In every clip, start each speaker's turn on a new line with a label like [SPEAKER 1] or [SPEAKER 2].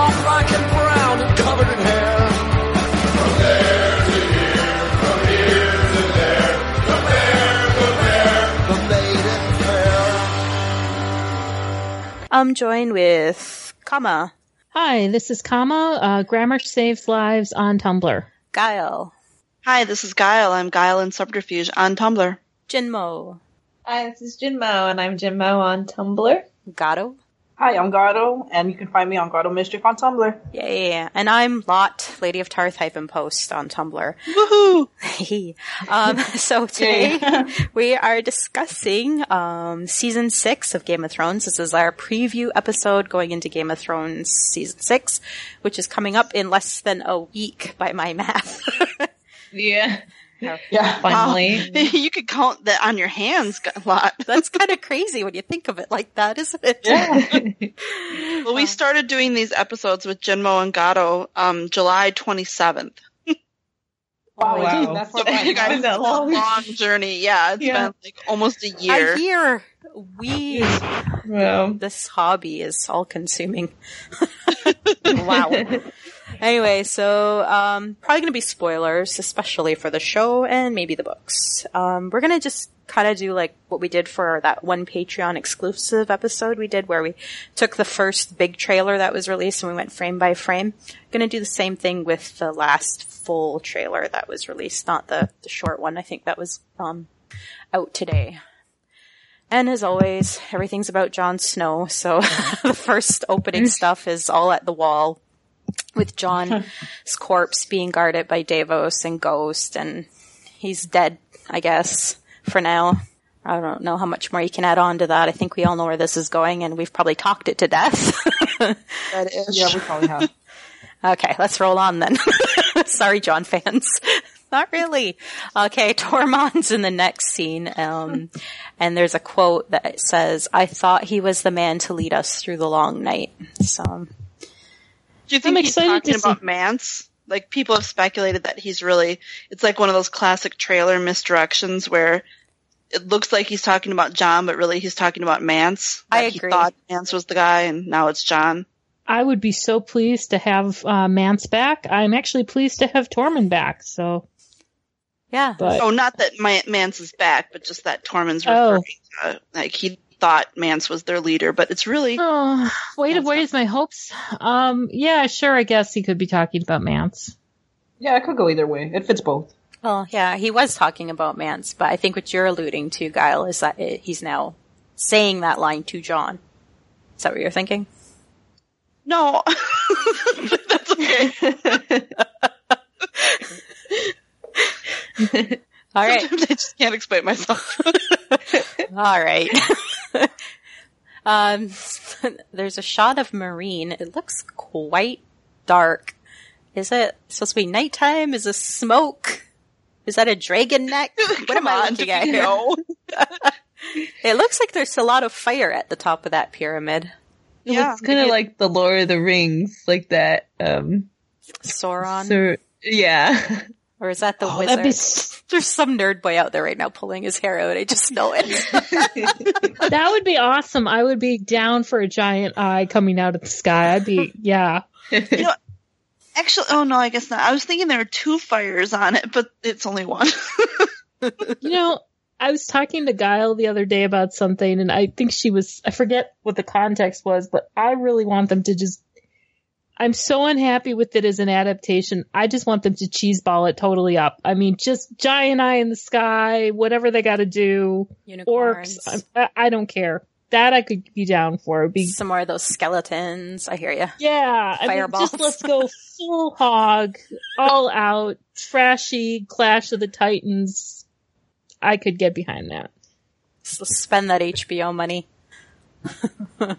[SPEAKER 1] all black and brown and covered in hair. From there to here, from here to there, from there to there, the maiden fair.
[SPEAKER 2] I'm joined with Kama,
[SPEAKER 3] Hi, this is Kama. Uh, Grammar Saves Lives on Tumblr.
[SPEAKER 2] Guile,
[SPEAKER 4] Hi, this is Guile. I'm Guile in Subterfuge on Tumblr.
[SPEAKER 2] Jinmo,
[SPEAKER 5] Hi, this is Jinmo, and I'm Jinmo on Tumblr.
[SPEAKER 2] Gato.
[SPEAKER 6] Hi, I'm Gardo, and you can find me on Gardo Mischief on Tumblr.
[SPEAKER 2] Yeah, yeah, yeah. And I'm Lot, Lady of Tarth Hype and Post on Tumblr.
[SPEAKER 4] Woohoo!
[SPEAKER 2] um, so today we are discussing um, season six of Game of Thrones. This is our preview episode going into Game of Thrones season six, which is coming up in less than a week by my math.
[SPEAKER 5] Yeah.
[SPEAKER 6] Yeah.
[SPEAKER 5] Finally.
[SPEAKER 4] you could count that on your hands a lot.
[SPEAKER 2] That's kind of crazy when you think of it like that, isn't it?
[SPEAKER 4] Well, we started doing these episodes with Jinmo and Gato um, July 27th.
[SPEAKER 6] Wow,
[SPEAKER 5] Wow.
[SPEAKER 6] indeed, that's
[SPEAKER 4] So
[SPEAKER 6] what I
[SPEAKER 4] you guys,
[SPEAKER 5] Isn't
[SPEAKER 4] it's
[SPEAKER 5] that
[SPEAKER 4] a
[SPEAKER 5] long?
[SPEAKER 4] long journey. Yeah, it's
[SPEAKER 5] Yeah.
[SPEAKER 4] been like almost a year.
[SPEAKER 2] A year. We
[SPEAKER 5] Well,
[SPEAKER 2] this hobby is all consuming. wow. Anyway, so um, probably going to be spoilers, especially for the show and maybe the books. Um, we're going to just kind of do like what we did for that one Patreon exclusive episode we did where we took the first big trailer that was released and we went frame by frame. Going to do the same thing with the last full trailer that was released, not the, the short one. I think that was um, out today. And as always, everything's about Jon Snow. So the first opening stuff is all at the wall with Jon's corpse being guarded by Davos and Ghost and he's dead, I guess, for now. I don't know how much more you can add on to that. I think we all know where this is going and we've probably talked it to death.
[SPEAKER 6] Yeah, we probably have.
[SPEAKER 2] Okay, let's roll on then. Sorry, John fans. Not really. Okay, Tormund's in the next scene, um, and there's a quote that says, "I thought he was the man to lead us through the long night." So,
[SPEAKER 4] Do you think
[SPEAKER 3] I'm
[SPEAKER 4] he's
[SPEAKER 3] excited
[SPEAKER 4] talking
[SPEAKER 3] to see-
[SPEAKER 4] about Mance? Like people have speculated that he's really it's like one of those classic trailer misdirections where it looks like he's talking about John, but really he's talking about Mance.
[SPEAKER 2] I
[SPEAKER 4] That he
[SPEAKER 2] agree.
[SPEAKER 4] thought Mance was the guy and now it's John.
[SPEAKER 3] I would be so pleased to have uh, Mance back. I'm actually pleased to have Tormund back. So,
[SPEAKER 2] yeah,
[SPEAKER 3] but
[SPEAKER 4] Oh, not that my, Mance is back, but just that Tormund's
[SPEAKER 3] Oh.
[SPEAKER 4] referring to like he thought Mance was their leader, but it's really
[SPEAKER 3] oh, way to raise my hopes. Um, yeah, sure. I guess he could be talking about Mance.
[SPEAKER 6] Yeah, it could go either way. It fits both.
[SPEAKER 2] well, yeah, he was talking about Mance, but I think what you're alluding to, Guile, is that it, he's now saying that line to John. Is that what you're thinking?
[SPEAKER 4] no. That's okay.
[SPEAKER 2] All right.
[SPEAKER 4] Sometimes I just can't explain myself.
[SPEAKER 2] All right. um, there's a shot of Marine. It looks quite dark. Is it supposed to be nighttime? Is this smoke? Is that a dragon neck? What am I looking at here?
[SPEAKER 4] No.
[SPEAKER 2] It looks like there's a lot of fire at the top of that pyramid.
[SPEAKER 4] Yeah.
[SPEAKER 5] it's kind of like the Lord of the Rings, like that. Um,
[SPEAKER 2] Sauron,
[SPEAKER 5] so, yeah.
[SPEAKER 2] or is that the
[SPEAKER 3] Oh,
[SPEAKER 2] wizard?
[SPEAKER 3] that'd be s-
[SPEAKER 2] There's some nerd boy out there right now pulling his hair out. I just know it.
[SPEAKER 3] that would be awesome. I would be down for a giant eye coming out of the sky. I'd be yeah.
[SPEAKER 4] Actually, oh no, I guess not. I was thinking there were two fires on it, but it's only one.
[SPEAKER 3] You know, I was talking to Guile the other day about something, and I think she was, I forget what the context was, but I really want them to just, I'm so unhappy with it as an adaptation. I just want them to cheeseball it totally up. I mean, just giant eye in the sky, whatever they got to do,
[SPEAKER 2] Unicorns.
[SPEAKER 3] orcs, I, I don't care. That I could be down for. It'd be,
[SPEAKER 2] Some more of those skeletons. I hear you.
[SPEAKER 3] yeah, I mean,
[SPEAKER 2] Fireballs.
[SPEAKER 3] just let's go full hog, all out, trashy, Clash of the Titans. I could get behind that.
[SPEAKER 2] So spend that HBO money. All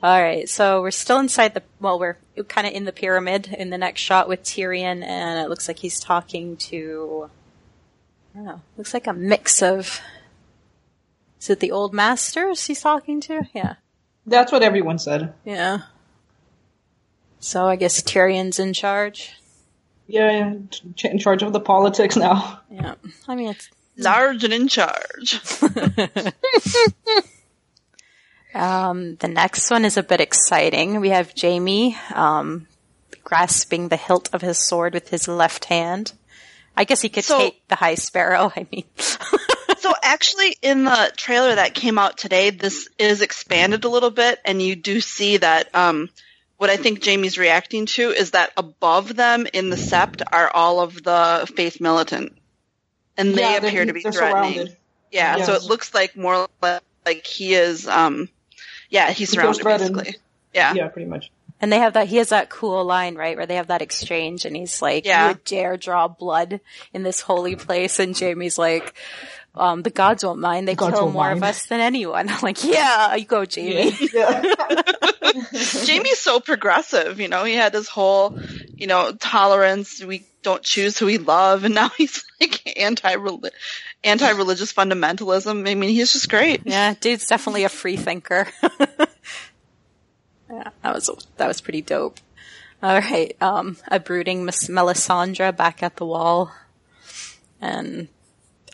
[SPEAKER 2] right, so we're still inside the well, we're kind of in the pyramid in the next shot with Tyrion, and it looks like he's talking to. I don't know. Looks like a mix of. Is it the old masters he's talking to? Yeah,
[SPEAKER 6] That's what everyone said.
[SPEAKER 2] Yeah. So I guess Tyrion's in charge.
[SPEAKER 6] Yeah, yeah, ch- in charge of the politics now.
[SPEAKER 2] Yeah. I mean, it's.
[SPEAKER 4] Large and in charge.
[SPEAKER 2] Um, the next one is a bit exciting. We have Jamie um, grasping the hilt of his sword with his left hand. I guess he could
[SPEAKER 4] So-
[SPEAKER 2] take the High Sparrow. I mean,
[SPEAKER 4] so actually in the trailer that came out today this is expanded a little bit and you do see that um, what i think jamie's reacting to is that above them in the sept are all of the faith militant and they
[SPEAKER 6] Yeah, they're-
[SPEAKER 4] appear to be
[SPEAKER 6] they're
[SPEAKER 4] threatening
[SPEAKER 6] surrounded.
[SPEAKER 4] yeah so
[SPEAKER 6] Yes.
[SPEAKER 4] it looks like more like, like he is um, yeah he's
[SPEAKER 6] feels
[SPEAKER 4] surrounded
[SPEAKER 6] threatened.
[SPEAKER 4] basically yeah.
[SPEAKER 6] Yeah, pretty much.
[SPEAKER 2] and they have that. He has that cool line, right, where they have that exchange, and he's like,
[SPEAKER 4] Yeah.
[SPEAKER 2] "You would dare draw blood in this holy place?" And Jamie's like, um, "The gods won't mind. They
[SPEAKER 6] gods
[SPEAKER 2] kill
[SPEAKER 6] won't
[SPEAKER 2] more of
[SPEAKER 6] mind."
[SPEAKER 2] us than anyone." I'm like, "Yeah, you go, Jamie."
[SPEAKER 6] Yeah.
[SPEAKER 4] jamie's so progressive you know he had this whole you know tolerance we don't choose who we love and now he's like anti anti-religious fundamentalism i mean he's just great
[SPEAKER 2] Yeah, dude's definitely a free thinker. yeah, that was that was pretty dope. All right, um, a brooding Miss Melisandre back at the wall, and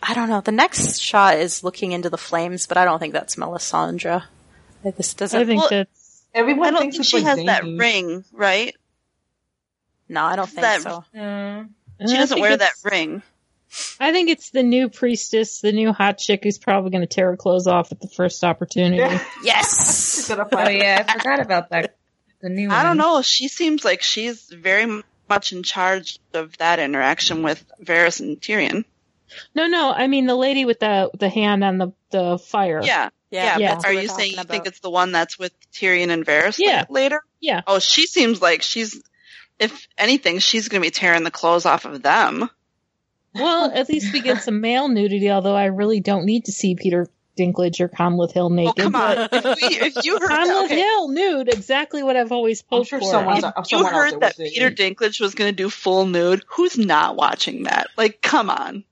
[SPEAKER 2] I don't know. The next shot is looking into the flames, but I don't think that's Melisandre. Like, This
[SPEAKER 3] I
[SPEAKER 2] doesn't.
[SPEAKER 3] think
[SPEAKER 4] Well-
[SPEAKER 3] that's
[SPEAKER 6] Everyone
[SPEAKER 4] i don't
[SPEAKER 6] thinks
[SPEAKER 4] think
[SPEAKER 6] it's
[SPEAKER 4] she
[SPEAKER 6] like
[SPEAKER 4] has that
[SPEAKER 6] Zayn.
[SPEAKER 4] ring right
[SPEAKER 2] no, I don't think
[SPEAKER 4] that-
[SPEAKER 2] so.
[SPEAKER 5] Uh,
[SPEAKER 4] she
[SPEAKER 3] I
[SPEAKER 4] doesn't
[SPEAKER 3] think
[SPEAKER 4] wear that
[SPEAKER 3] it's-
[SPEAKER 4] ring
[SPEAKER 3] I think it's the new priestess, the new hot chick who's probably going to tear her clothes off at the first opportunity.
[SPEAKER 2] Yes.
[SPEAKER 6] Set up
[SPEAKER 5] Oh
[SPEAKER 6] like-
[SPEAKER 5] yeah, I forgot about that. The new.
[SPEAKER 4] i
[SPEAKER 3] Mm-hmm.
[SPEAKER 4] don't
[SPEAKER 5] one.
[SPEAKER 4] know she seems like she's very much in charge of that interaction with Varys and Tyrion.
[SPEAKER 3] no, no, I mean the lady with the the hand on the the fire.
[SPEAKER 4] Yeah,
[SPEAKER 3] Yeah.
[SPEAKER 4] yeah.
[SPEAKER 2] that's
[SPEAKER 4] But
[SPEAKER 2] what
[SPEAKER 4] are
[SPEAKER 2] we're
[SPEAKER 4] you saying
[SPEAKER 2] talking
[SPEAKER 4] you think
[SPEAKER 2] about.
[SPEAKER 4] it's the one that's with Tyrion and Varys la-
[SPEAKER 3] Yeah.
[SPEAKER 4] later?
[SPEAKER 3] Yeah.
[SPEAKER 4] Oh, she seems like she's, if anything, she's going to be tearing the clothes off of them.
[SPEAKER 3] Well, at least we get some male nudity, although I really don't need to see Peter Dinklage or Conlith Hill naked.
[SPEAKER 4] Oh, come on. If, we, if you heard that,
[SPEAKER 3] Conlith
[SPEAKER 4] okay,
[SPEAKER 3] Hill nude, exactly what I've always
[SPEAKER 6] I'm
[SPEAKER 3] hoped
[SPEAKER 6] sure
[SPEAKER 3] for.
[SPEAKER 6] someone's,
[SPEAKER 3] I-
[SPEAKER 4] you
[SPEAKER 6] someone
[SPEAKER 4] heard
[SPEAKER 6] out there was
[SPEAKER 4] that
[SPEAKER 6] saying-
[SPEAKER 4] Peter Dinklage was going to do full nude, who's not watching that? Like, come on.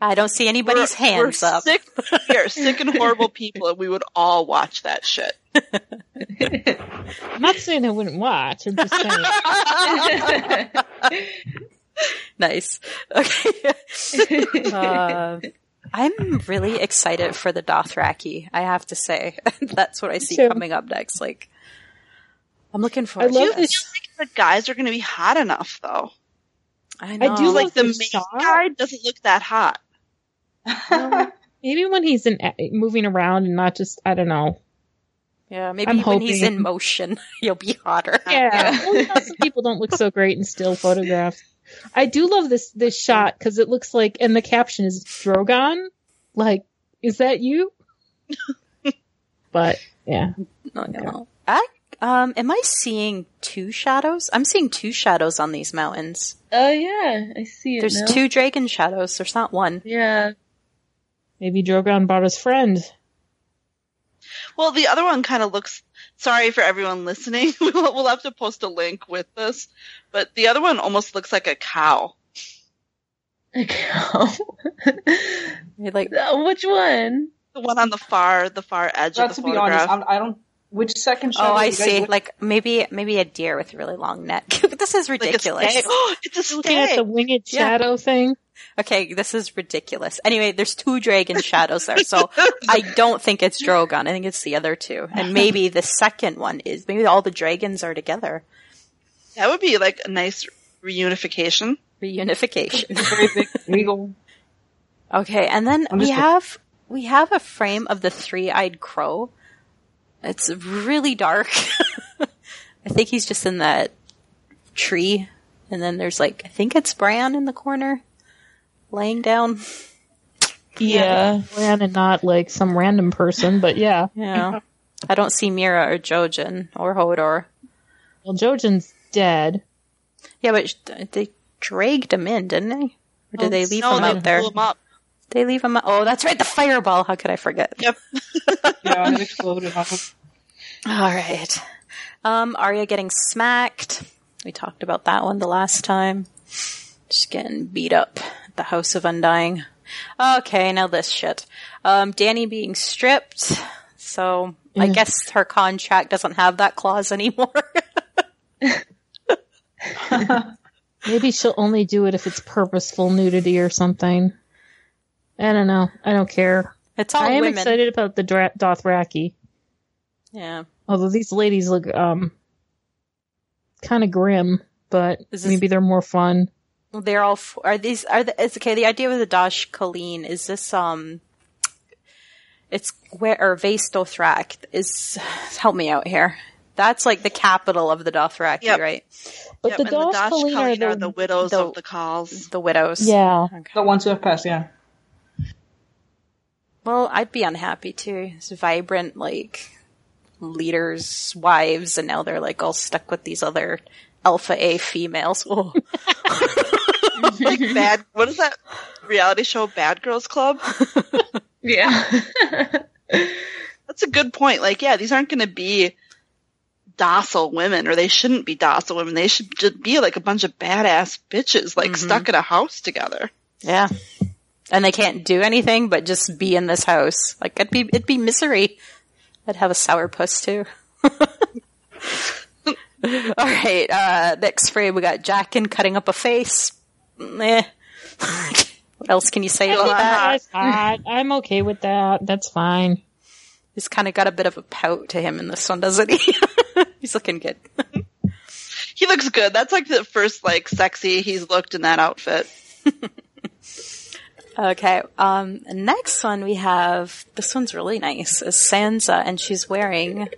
[SPEAKER 2] I don't see anybody's
[SPEAKER 4] We're- we're
[SPEAKER 2] hands up.
[SPEAKER 4] Sick, we are sick and horrible people, and we would all watch that shit.
[SPEAKER 3] I'm not saying I wouldn't watch. I'm just saying.
[SPEAKER 5] Oh,
[SPEAKER 2] Nice. Okay. Uh, I'm really excited for the Dothraki. I have to say, that's what I see
[SPEAKER 3] Sure.
[SPEAKER 2] coming up next. Like, I'm looking
[SPEAKER 3] I
[SPEAKER 2] forward.
[SPEAKER 3] love
[SPEAKER 2] to this.
[SPEAKER 3] this.
[SPEAKER 4] The guys are going to be hot enough, though.
[SPEAKER 2] I,
[SPEAKER 3] I
[SPEAKER 2] know.
[SPEAKER 3] do
[SPEAKER 4] Like, the
[SPEAKER 3] They're
[SPEAKER 4] main
[SPEAKER 3] shot?
[SPEAKER 4] guy doesn't look that hot.
[SPEAKER 3] Maybe when he's in, moving around and not just, I don't know.
[SPEAKER 2] Yeah, maybe
[SPEAKER 3] I'm
[SPEAKER 2] when he's
[SPEAKER 3] hoping.
[SPEAKER 2] in motion, he'll be hotter.
[SPEAKER 3] Yeah. Well, you know, some people don't look so great in still photographs. I do love this this shot because it looks like, and the caption is Drogon. Like, is that you? but yeah,
[SPEAKER 2] No, no. I, um, am I seeing two shadows? I'm seeing two shadows on these mountains.
[SPEAKER 5] Oh yeah, I see it.
[SPEAKER 2] There's
[SPEAKER 5] now.
[SPEAKER 2] two dragon shadows. There's not one.
[SPEAKER 5] Yeah.
[SPEAKER 3] maybe Drogon bought his friend.
[SPEAKER 4] Well, the other one kind of looks. Sorry for everyone listening. we'll, we'll have to post a link with this, but the other one almost looks like a cow.
[SPEAKER 2] You're like,
[SPEAKER 5] Oh, Which one?
[SPEAKER 4] The one on the far, the far edge
[SPEAKER 6] But
[SPEAKER 4] of
[SPEAKER 6] to
[SPEAKER 4] the
[SPEAKER 6] be honest,
[SPEAKER 4] photograph.
[SPEAKER 6] I'm, I don't. Which second shadow?
[SPEAKER 2] oh, I
[SPEAKER 6] you guys
[SPEAKER 2] see.
[SPEAKER 6] look-
[SPEAKER 2] Like maybe, maybe a deer with a really long neck. but this is
[SPEAKER 4] Like a
[SPEAKER 2] ridiculous.
[SPEAKER 4] stag. Oh, it's a
[SPEAKER 3] Looking at
[SPEAKER 4] stag.
[SPEAKER 3] the winged
[SPEAKER 2] Yeah.
[SPEAKER 3] shadow thing.
[SPEAKER 2] Okay, this is ridiculous. Anyway, there's two dragon shadows there, so I don't think it's Drogon. I think it's the other two. And maybe the second one is, maybe all the dragons are together.
[SPEAKER 4] that would be like a nice reunification.
[SPEAKER 2] Reunification.
[SPEAKER 6] very big eagle.
[SPEAKER 2] Okay, and then
[SPEAKER 6] I'm
[SPEAKER 2] we
[SPEAKER 6] just-
[SPEAKER 2] have, we have a frame of the three-eyed crow. It's really dark. I think he's just in that tree. And then there's like, I think it's Bran in the corner, laying down.
[SPEAKER 5] Yeah.
[SPEAKER 3] Ran and not like some random person, but yeah.
[SPEAKER 2] Yeah. I don't see Mira or Jojen or Hodor.
[SPEAKER 3] Well, Jojen's dead.
[SPEAKER 2] Yeah, but sh- they dragged him in, didn't they? Or did they leave
[SPEAKER 4] Oh, no,
[SPEAKER 2] him
[SPEAKER 4] they
[SPEAKER 2] out there?
[SPEAKER 4] blew him up.
[SPEAKER 2] They leave him. Oh, that's right, the fireball. How could I forget?
[SPEAKER 4] Yep.
[SPEAKER 6] Yeah, and it exploded. I was-
[SPEAKER 2] All right. Um, Arya getting smacked. We talked about that one the last time. She's getting beat up at the House of Undying. Okay, now this shit. Um, Danny being stripped. So I
[SPEAKER 3] Yeah.
[SPEAKER 2] guess her contract doesn't have that clause anymore.
[SPEAKER 3] Maybe she'll only do it if it's purposeful nudity or something. I don't know. I don't care.
[SPEAKER 2] it's all
[SPEAKER 3] I am
[SPEAKER 2] women.
[SPEAKER 3] excited about the Dra- Dothraki.
[SPEAKER 2] Yeah.
[SPEAKER 3] Although these ladies look um kind of grim, but
[SPEAKER 2] Is this-
[SPEAKER 3] maybe they're more fun.
[SPEAKER 2] They're all f- are these are the it's okay. The idea with the Dash Colleen is this um, it's where or Vase Dothrak is. Help me out here. That's like the capital of the Dothraki,
[SPEAKER 4] Yep.
[SPEAKER 2] right?
[SPEAKER 3] But
[SPEAKER 4] Yep,
[SPEAKER 3] the
[SPEAKER 4] and
[SPEAKER 3] Dosh
[SPEAKER 4] Dash
[SPEAKER 3] Colleen are
[SPEAKER 4] Colleen
[SPEAKER 3] the,
[SPEAKER 4] are the widows
[SPEAKER 2] the-
[SPEAKER 4] of the calls.
[SPEAKER 2] The widows.
[SPEAKER 3] yeah.
[SPEAKER 6] The ones who have passed, yeah.
[SPEAKER 2] Well, I'd be unhappy too. It's vibrant, like leaders' wives, and now they're like all stuck with these other alpha A females. Oh,
[SPEAKER 4] like bad. What is that reality show? Bad Girls Club.
[SPEAKER 5] Yeah.
[SPEAKER 4] That's a good point. Like, yeah, these aren't going to be docile women, or they shouldn't be docile women. They should just be like a bunch of badass bitches, like stuck in a house together.
[SPEAKER 2] yeah, and they can't do anything but just be in this house. Like it'd be it'd be misery. I'd have a sourpuss too. all right, uh, next frame we got Jackin cutting up a face. Meh. what else can you say about that?
[SPEAKER 3] That's hot. I'm okay with that. That's fine.
[SPEAKER 2] He's kind of got a bit of a pout to him in this one, doesn't he? He's looking good.
[SPEAKER 4] He looks good. That's like the first like sexy he's looked in that outfit.
[SPEAKER 2] Okay. Um, next one we have, this one's really nice, is Sansa, and she's wearing,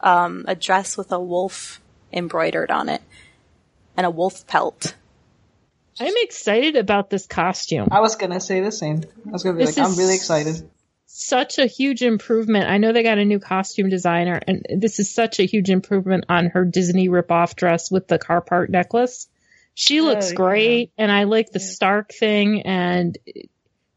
[SPEAKER 2] um, a dress with a wolf embroidered on it. And a wolf pelt.
[SPEAKER 3] I'm excited about this costume.
[SPEAKER 6] I was gonna say the same. I was gonna be
[SPEAKER 3] This
[SPEAKER 6] like,
[SPEAKER 3] is-
[SPEAKER 6] I'm really excited.
[SPEAKER 3] Such a huge improvement. I know they got a new costume designer, and this is such a huge improvement on her Disney ripoff dress with the Carpart necklace. She looks
[SPEAKER 5] yeah.
[SPEAKER 3] great, and I like the Stark thing. And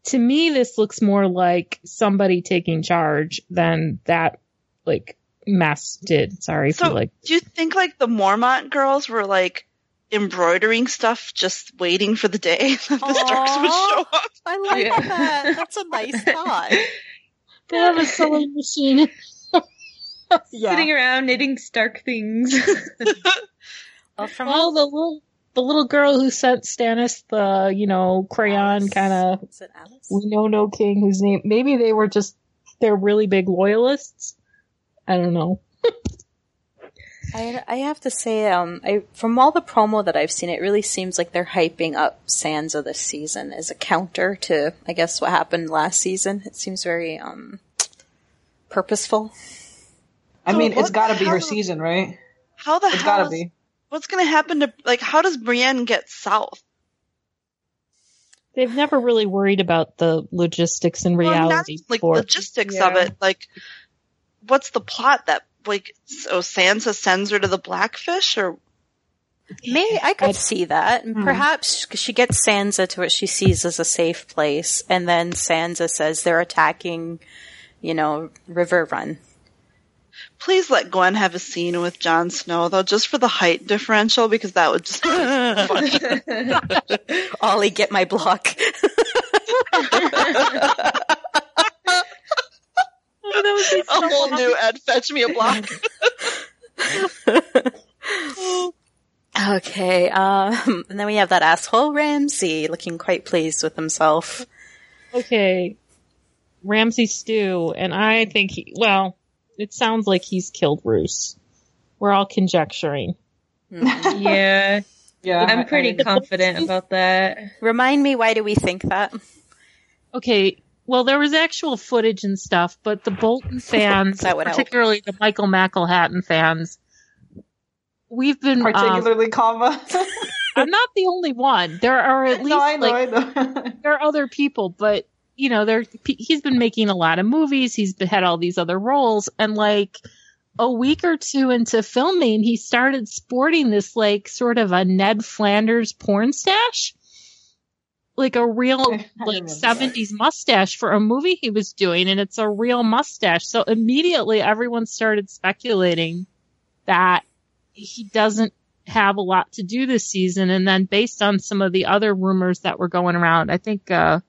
[SPEAKER 3] to me, this looks more like somebody taking charge than that, like, mess did. Sorry for
[SPEAKER 4] So,
[SPEAKER 3] like.
[SPEAKER 4] do you think like the Mormont girls were like embroidering stuff, just waiting for the day that the Starks would
[SPEAKER 2] Aw.
[SPEAKER 4] show up?
[SPEAKER 2] I like
[SPEAKER 5] Yeah.
[SPEAKER 2] that. That's a nice thought.
[SPEAKER 3] They have a sewing machine.
[SPEAKER 5] Sitting around knitting Stark things.
[SPEAKER 2] Well, from
[SPEAKER 3] Oh, the little the little girl who sent Stannis the you know crayon
[SPEAKER 2] Alice.
[SPEAKER 3] kind of
[SPEAKER 2] Is it Alice?
[SPEAKER 3] we know no king whose name maybe they were just they're really big loyalists. I don't know.
[SPEAKER 2] I, I have to say, um, I, from all the promo that I've seen, it really seems like they're hyping up Sansa this season as a counter to, I guess, what happened last season. It seems very um, purposeful.
[SPEAKER 6] I
[SPEAKER 4] So
[SPEAKER 6] mean,
[SPEAKER 4] what
[SPEAKER 6] it's gotta
[SPEAKER 4] the
[SPEAKER 6] be her
[SPEAKER 4] hell-
[SPEAKER 6] season, right?
[SPEAKER 4] How the
[SPEAKER 6] It's
[SPEAKER 4] hell?
[SPEAKER 6] gotta
[SPEAKER 4] is-
[SPEAKER 6] be.
[SPEAKER 4] What's going to happen to like? How does Brienne get south?
[SPEAKER 3] They've never really worried about the logistics and
[SPEAKER 4] Well, not
[SPEAKER 3] reality
[SPEAKER 4] even, like
[SPEAKER 3] for
[SPEAKER 4] logistics of
[SPEAKER 5] Yeah.
[SPEAKER 4] it. Like, what's the plot that like? So Sansa sends her to the Blackfish, or
[SPEAKER 2] May I could
[SPEAKER 3] I'd-
[SPEAKER 2] see that. Perhaps she gets Sansa to what she sees as a safe place, and then Sansa says they're attacking, you know, River Run.
[SPEAKER 4] please let Gwen have a scene with Jon Snow though, just for the height differential, because that would just.
[SPEAKER 2] Ollie, get my block.
[SPEAKER 4] Oh, a whole new Ed fetch me a block.
[SPEAKER 2] Okay, um, and then we have that asshole Ramsey looking quite pleased with himself.
[SPEAKER 3] okay Ramsey Stew and I think he well it sounds like he's killed Roose. We're all conjecturing.
[SPEAKER 2] Hmm.
[SPEAKER 5] yeah.
[SPEAKER 6] Yeah, I- I
[SPEAKER 5] I'm pretty
[SPEAKER 6] mean,
[SPEAKER 5] confident about that.
[SPEAKER 2] Remind me, why do we think that?
[SPEAKER 3] Okay. Well, there was actual footage and stuff, but the Bolton fans,
[SPEAKER 2] That would help.
[SPEAKER 3] particularly the Michael McElhattan fans, we've been. um,
[SPEAKER 6] particularly comma.
[SPEAKER 3] I'm not the only one. There are at least
[SPEAKER 6] no, I know,
[SPEAKER 3] like
[SPEAKER 6] I know.
[SPEAKER 3] there are other people, but you know, there p- he's been making a lot of movies. He's been- had all these other roles, and like a week or two into filming, he started sporting this like sort of a Ned Flanders porn stash, like a real
[SPEAKER 6] I remember
[SPEAKER 3] like
[SPEAKER 6] that.
[SPEAKER 3] seventies mustache for a movie he was doing, and it's a real mustache. So immediately, everyone started speculating that he doesn't have a lot to do this season. And then based on some of the other rumors that were going around, I think uh,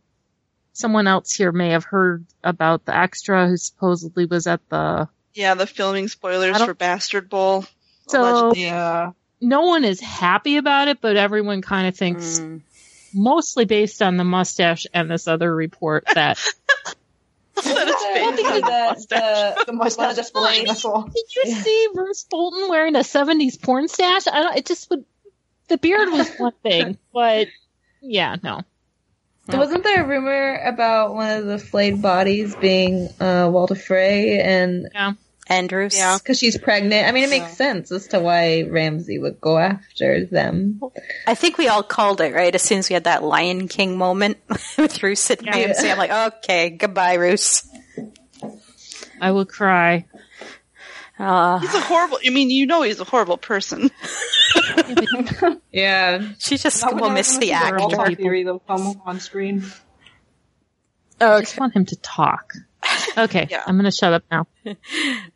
[SPEAKER 3] someone else here may have heard about the extra who supposedly was at the
[SPEAKER 4] Yeah, the filming spoilers
[SPEAKER 3] I don't-
[SPEAKER 4] for Bastard Bowl.
[SPEAKER 3] So
[SPEAKER 6] Yeah.
[SPEAKER 3] no one is happy about it, but everyone kind of thinks,
[SPEAKER 2] Mm.
[SPEAKER 3] mostly based on the mustache and this other report, that
[SPEAKER 4] That it's
[SPEAKER 6] I think
[SPEAKER 4] based on the
[SPEAKER 6] the,
[SPEAKER 4] mustache.
[SPEAKER 6] the, the mustache display, that's all.
[SPEAKER 3] Did you see Bruce Bolton wearing a seventies porn stash? I don't. It just would. The beard was one thing, but yeah, no.
[SPEAKER 5] Wasn't there a rumor about one of the flayed bodies being uh, Walter Frey, and
[SPEAKER 2] Andrews.
[SPEAKER 4] Yeah.
[SPEAKER 5] because she's pregnant? I mean, it makes sense as to why Ramsey would go after them.
[SPEAKER 2] I think we all called it, right? As soon as we had that Lion King moment with Roos and
[SPEAKER 3] Yeah.
[SPEAKER 2] Ramsey, I'm like, okay, goodbye, Roos.
[SPEAKER 3] I will cry.
[SPEAKER 2] Uh,
[SPEAKER 4] He's a horrible. I mean, you know, he's a horrible person.
[SPEAKER 5] Yeah,
[SPEAKER 2] she just
[SPEAKER 6] Not when
[SPEAKER 2] will
[SPEAKER 6] I was
[SPEAKER 2] miss
[SPEAKER 6] gonna
[SPEAKER 2] the
[SPEAKER 6] see
[SPEAKER 2] actor.
[SPEAKER 6] All
[SPEAKER 3] actor.
[SPEAKER 6] theory that'll come on screen.
[SPEAKER 3] I just want him to talk. Okay,
[SPEAKER 4] Yeah.
[SPEAKER 3] I'm gonna shut up now.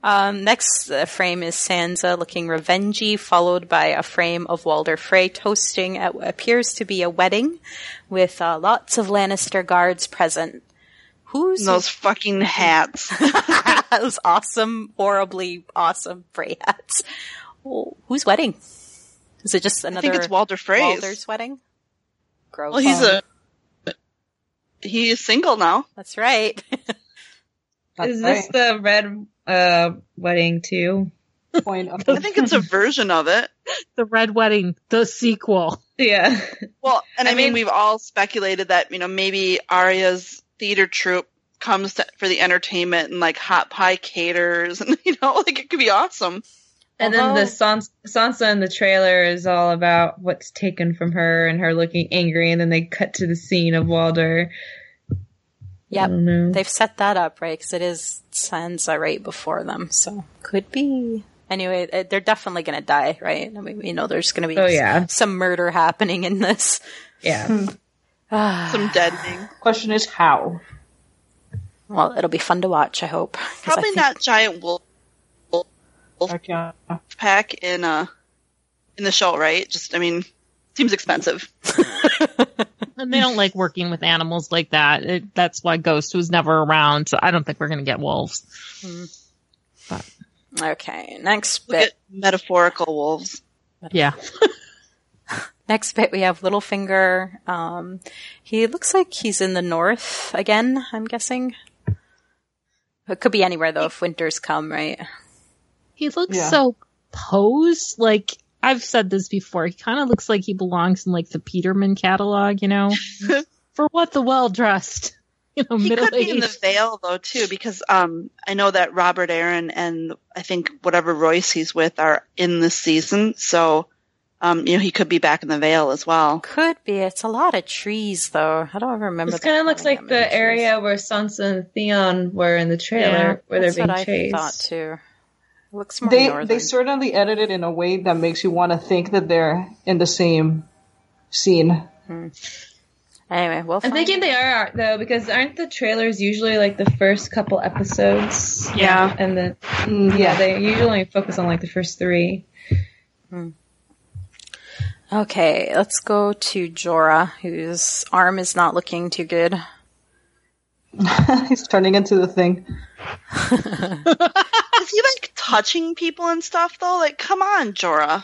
[SPEAKER 2] Um, next uh, frame is Sansa looking revengey, followed by a frame of Walder Frey toasting at what appears to be a wedding with uh, lots of Lannister guards present. Who's
[SPEAKER 4] And those fucking hats.
[SPEAKER 2] those awesome, horribly awesome Frey hats? Well, whose wedding? Is it just another
[SPEAKER 4] I think it's Walter Frey's.
[SPEAKER 2] Walder's wedding? Gross. Oh,
[SPEAKER 4] well, he's a he is single now.
[SPEAKER 2] That's right.
[SPEAKER 6] That's
[SPEAKER 5] is this the red uh, wedding too?
[SPEAKER 6] the point of
[SPEAKER 4] I think it's a version of it.
[SPEAKER 3] The Red Wedding, the sequel.
[SPEAKER 5] Yeah,
[SPEAKER 4] Well, and I,
[SPEAKER 5] I
[SPEAKER 4] mean,
[SPEAKER 5] mean-
[SPEAKER 4] we've all speculated that you know maybe Arya's theater troupe comes to, for the entertainment and like hot pie caters and you know like it could be awesome.
[SPEAKER 5] and then the Sans- Sansa in the trailer is all about what's taken from her and her looking angry, and then they cut to the scene of Walder. I
[SPEAKER 2] Yep.
[SPEAKER 5] don't know.
[SPEAKER 2] They've set that up, right? Because it is Sansa right before them, so could be. Anyway, uh, they're definitely going to die, right? I mean, we know there's going to be
[SPEAKER 5] Oh,
[SPEAKER 2] s-
[SPEAKER 5] yeah.
[SPEAKER 2] some murder happening in this.
[SPEAKER 5] yeah,
[SPEAKER 4] Some deadening.
[SPEAKER 6] question is how.
[SPEAKER 2] Well, it'll be fun to watch, I hope. 'Cause I
[SPEAKER 4] Probably
[SPEAKER 2] think-
[SPEAKER 4] not giant wolf
[SPEAKER 6] Like, yeah.
[SPEAKER 4] pack in uh in the show, right? Just I mean, seems expensive.
[SPEAKER 3] And they don't like working with animals like that. It, that's why Ghost was never around. So I don't think we're gonna get wolves.
[SPEAKER 2] Okay, next
[SPEAKER 4] Look
[SPEAKER 2] bit.
[SPEAKER 4] at metaphorical wolves.
[SPEAKER 3] Yeah,
[SPEAKER 2] Next bit, we have Littlefinger. Um, he looks like he's in the north again, I'm guessing. It could be anywhere, though, if winter's come, right?
[SPEAKER 3] he looks
[SPEAKER 6] Yeah.
[SPEAKER 3] so posed. Like I've said this before, he kind of looks like he belongs in like the Peterman catalog. You know, for what the well dressed. You
[SPEAKER 6] Oh,
[SPEAKER 3] know,
[SPEAKER 4] He
[SPEAKER 3] middle
[SPEAKER 4] could be in the
[SPEAKER 3] aged.
[SPEAKER 4] veil though too, because um I know that Robert Aaron and I think whatever Royce he's with are in this season, so um you know he could be back in the veil as well.
[SPEAKER 2] Could be. It's a lot of trees, though. I don't remember.
[SPEAKER 5] this
[SPEAKER 2] there
[SPEAKER 5] kind of looks
[SPEAKER 2] having
[SPEAKER 5] like
[SPEAKER 2] that many
[SPEAKER 5] the
[SPEAKER 2] trees.
[SPEAKER 5] area where Sansa and Theon were in the trailer,
[SPEAKER 3] Yeah,
[SPEAKER 5] where
[SPEAKER 2] That's
[SPEAKER 5] they're
[SPEAKER 2] what
[SPEAKER 5] being
[SPEAKER 2] I
[SPEAKER 5] chased.
[SPEAKER 2] thought too. Looks more
[SPEAKER 6] They
[SPEAKER 2] northern.
[SPEAKER 6] they certainly edit it in a way that makes you want to think that they're in the same scene.
[SPEAKER 2] anyway, well,
[SPEAKER 5] I'm thinking they are though, because aren't the trailers usually like the first couple episodes?
[SPEAKER 4] Yeah.
[SPEAKER 5] and then
[SPEAKER 6] Mm,
[SPEAKER 5] yeah,
[SPEAKER 6] yeah.
[SPEAKER 5] they usually only focus on like the first three.
[SPEAKER 2] okay. Let's go to Jorah, whose arm is not looking too good.
[SPEAKER 6] He's turning into the thing.
[SPEAKER 4] Is he like touching people and stuff though? Like, come on, Jorah.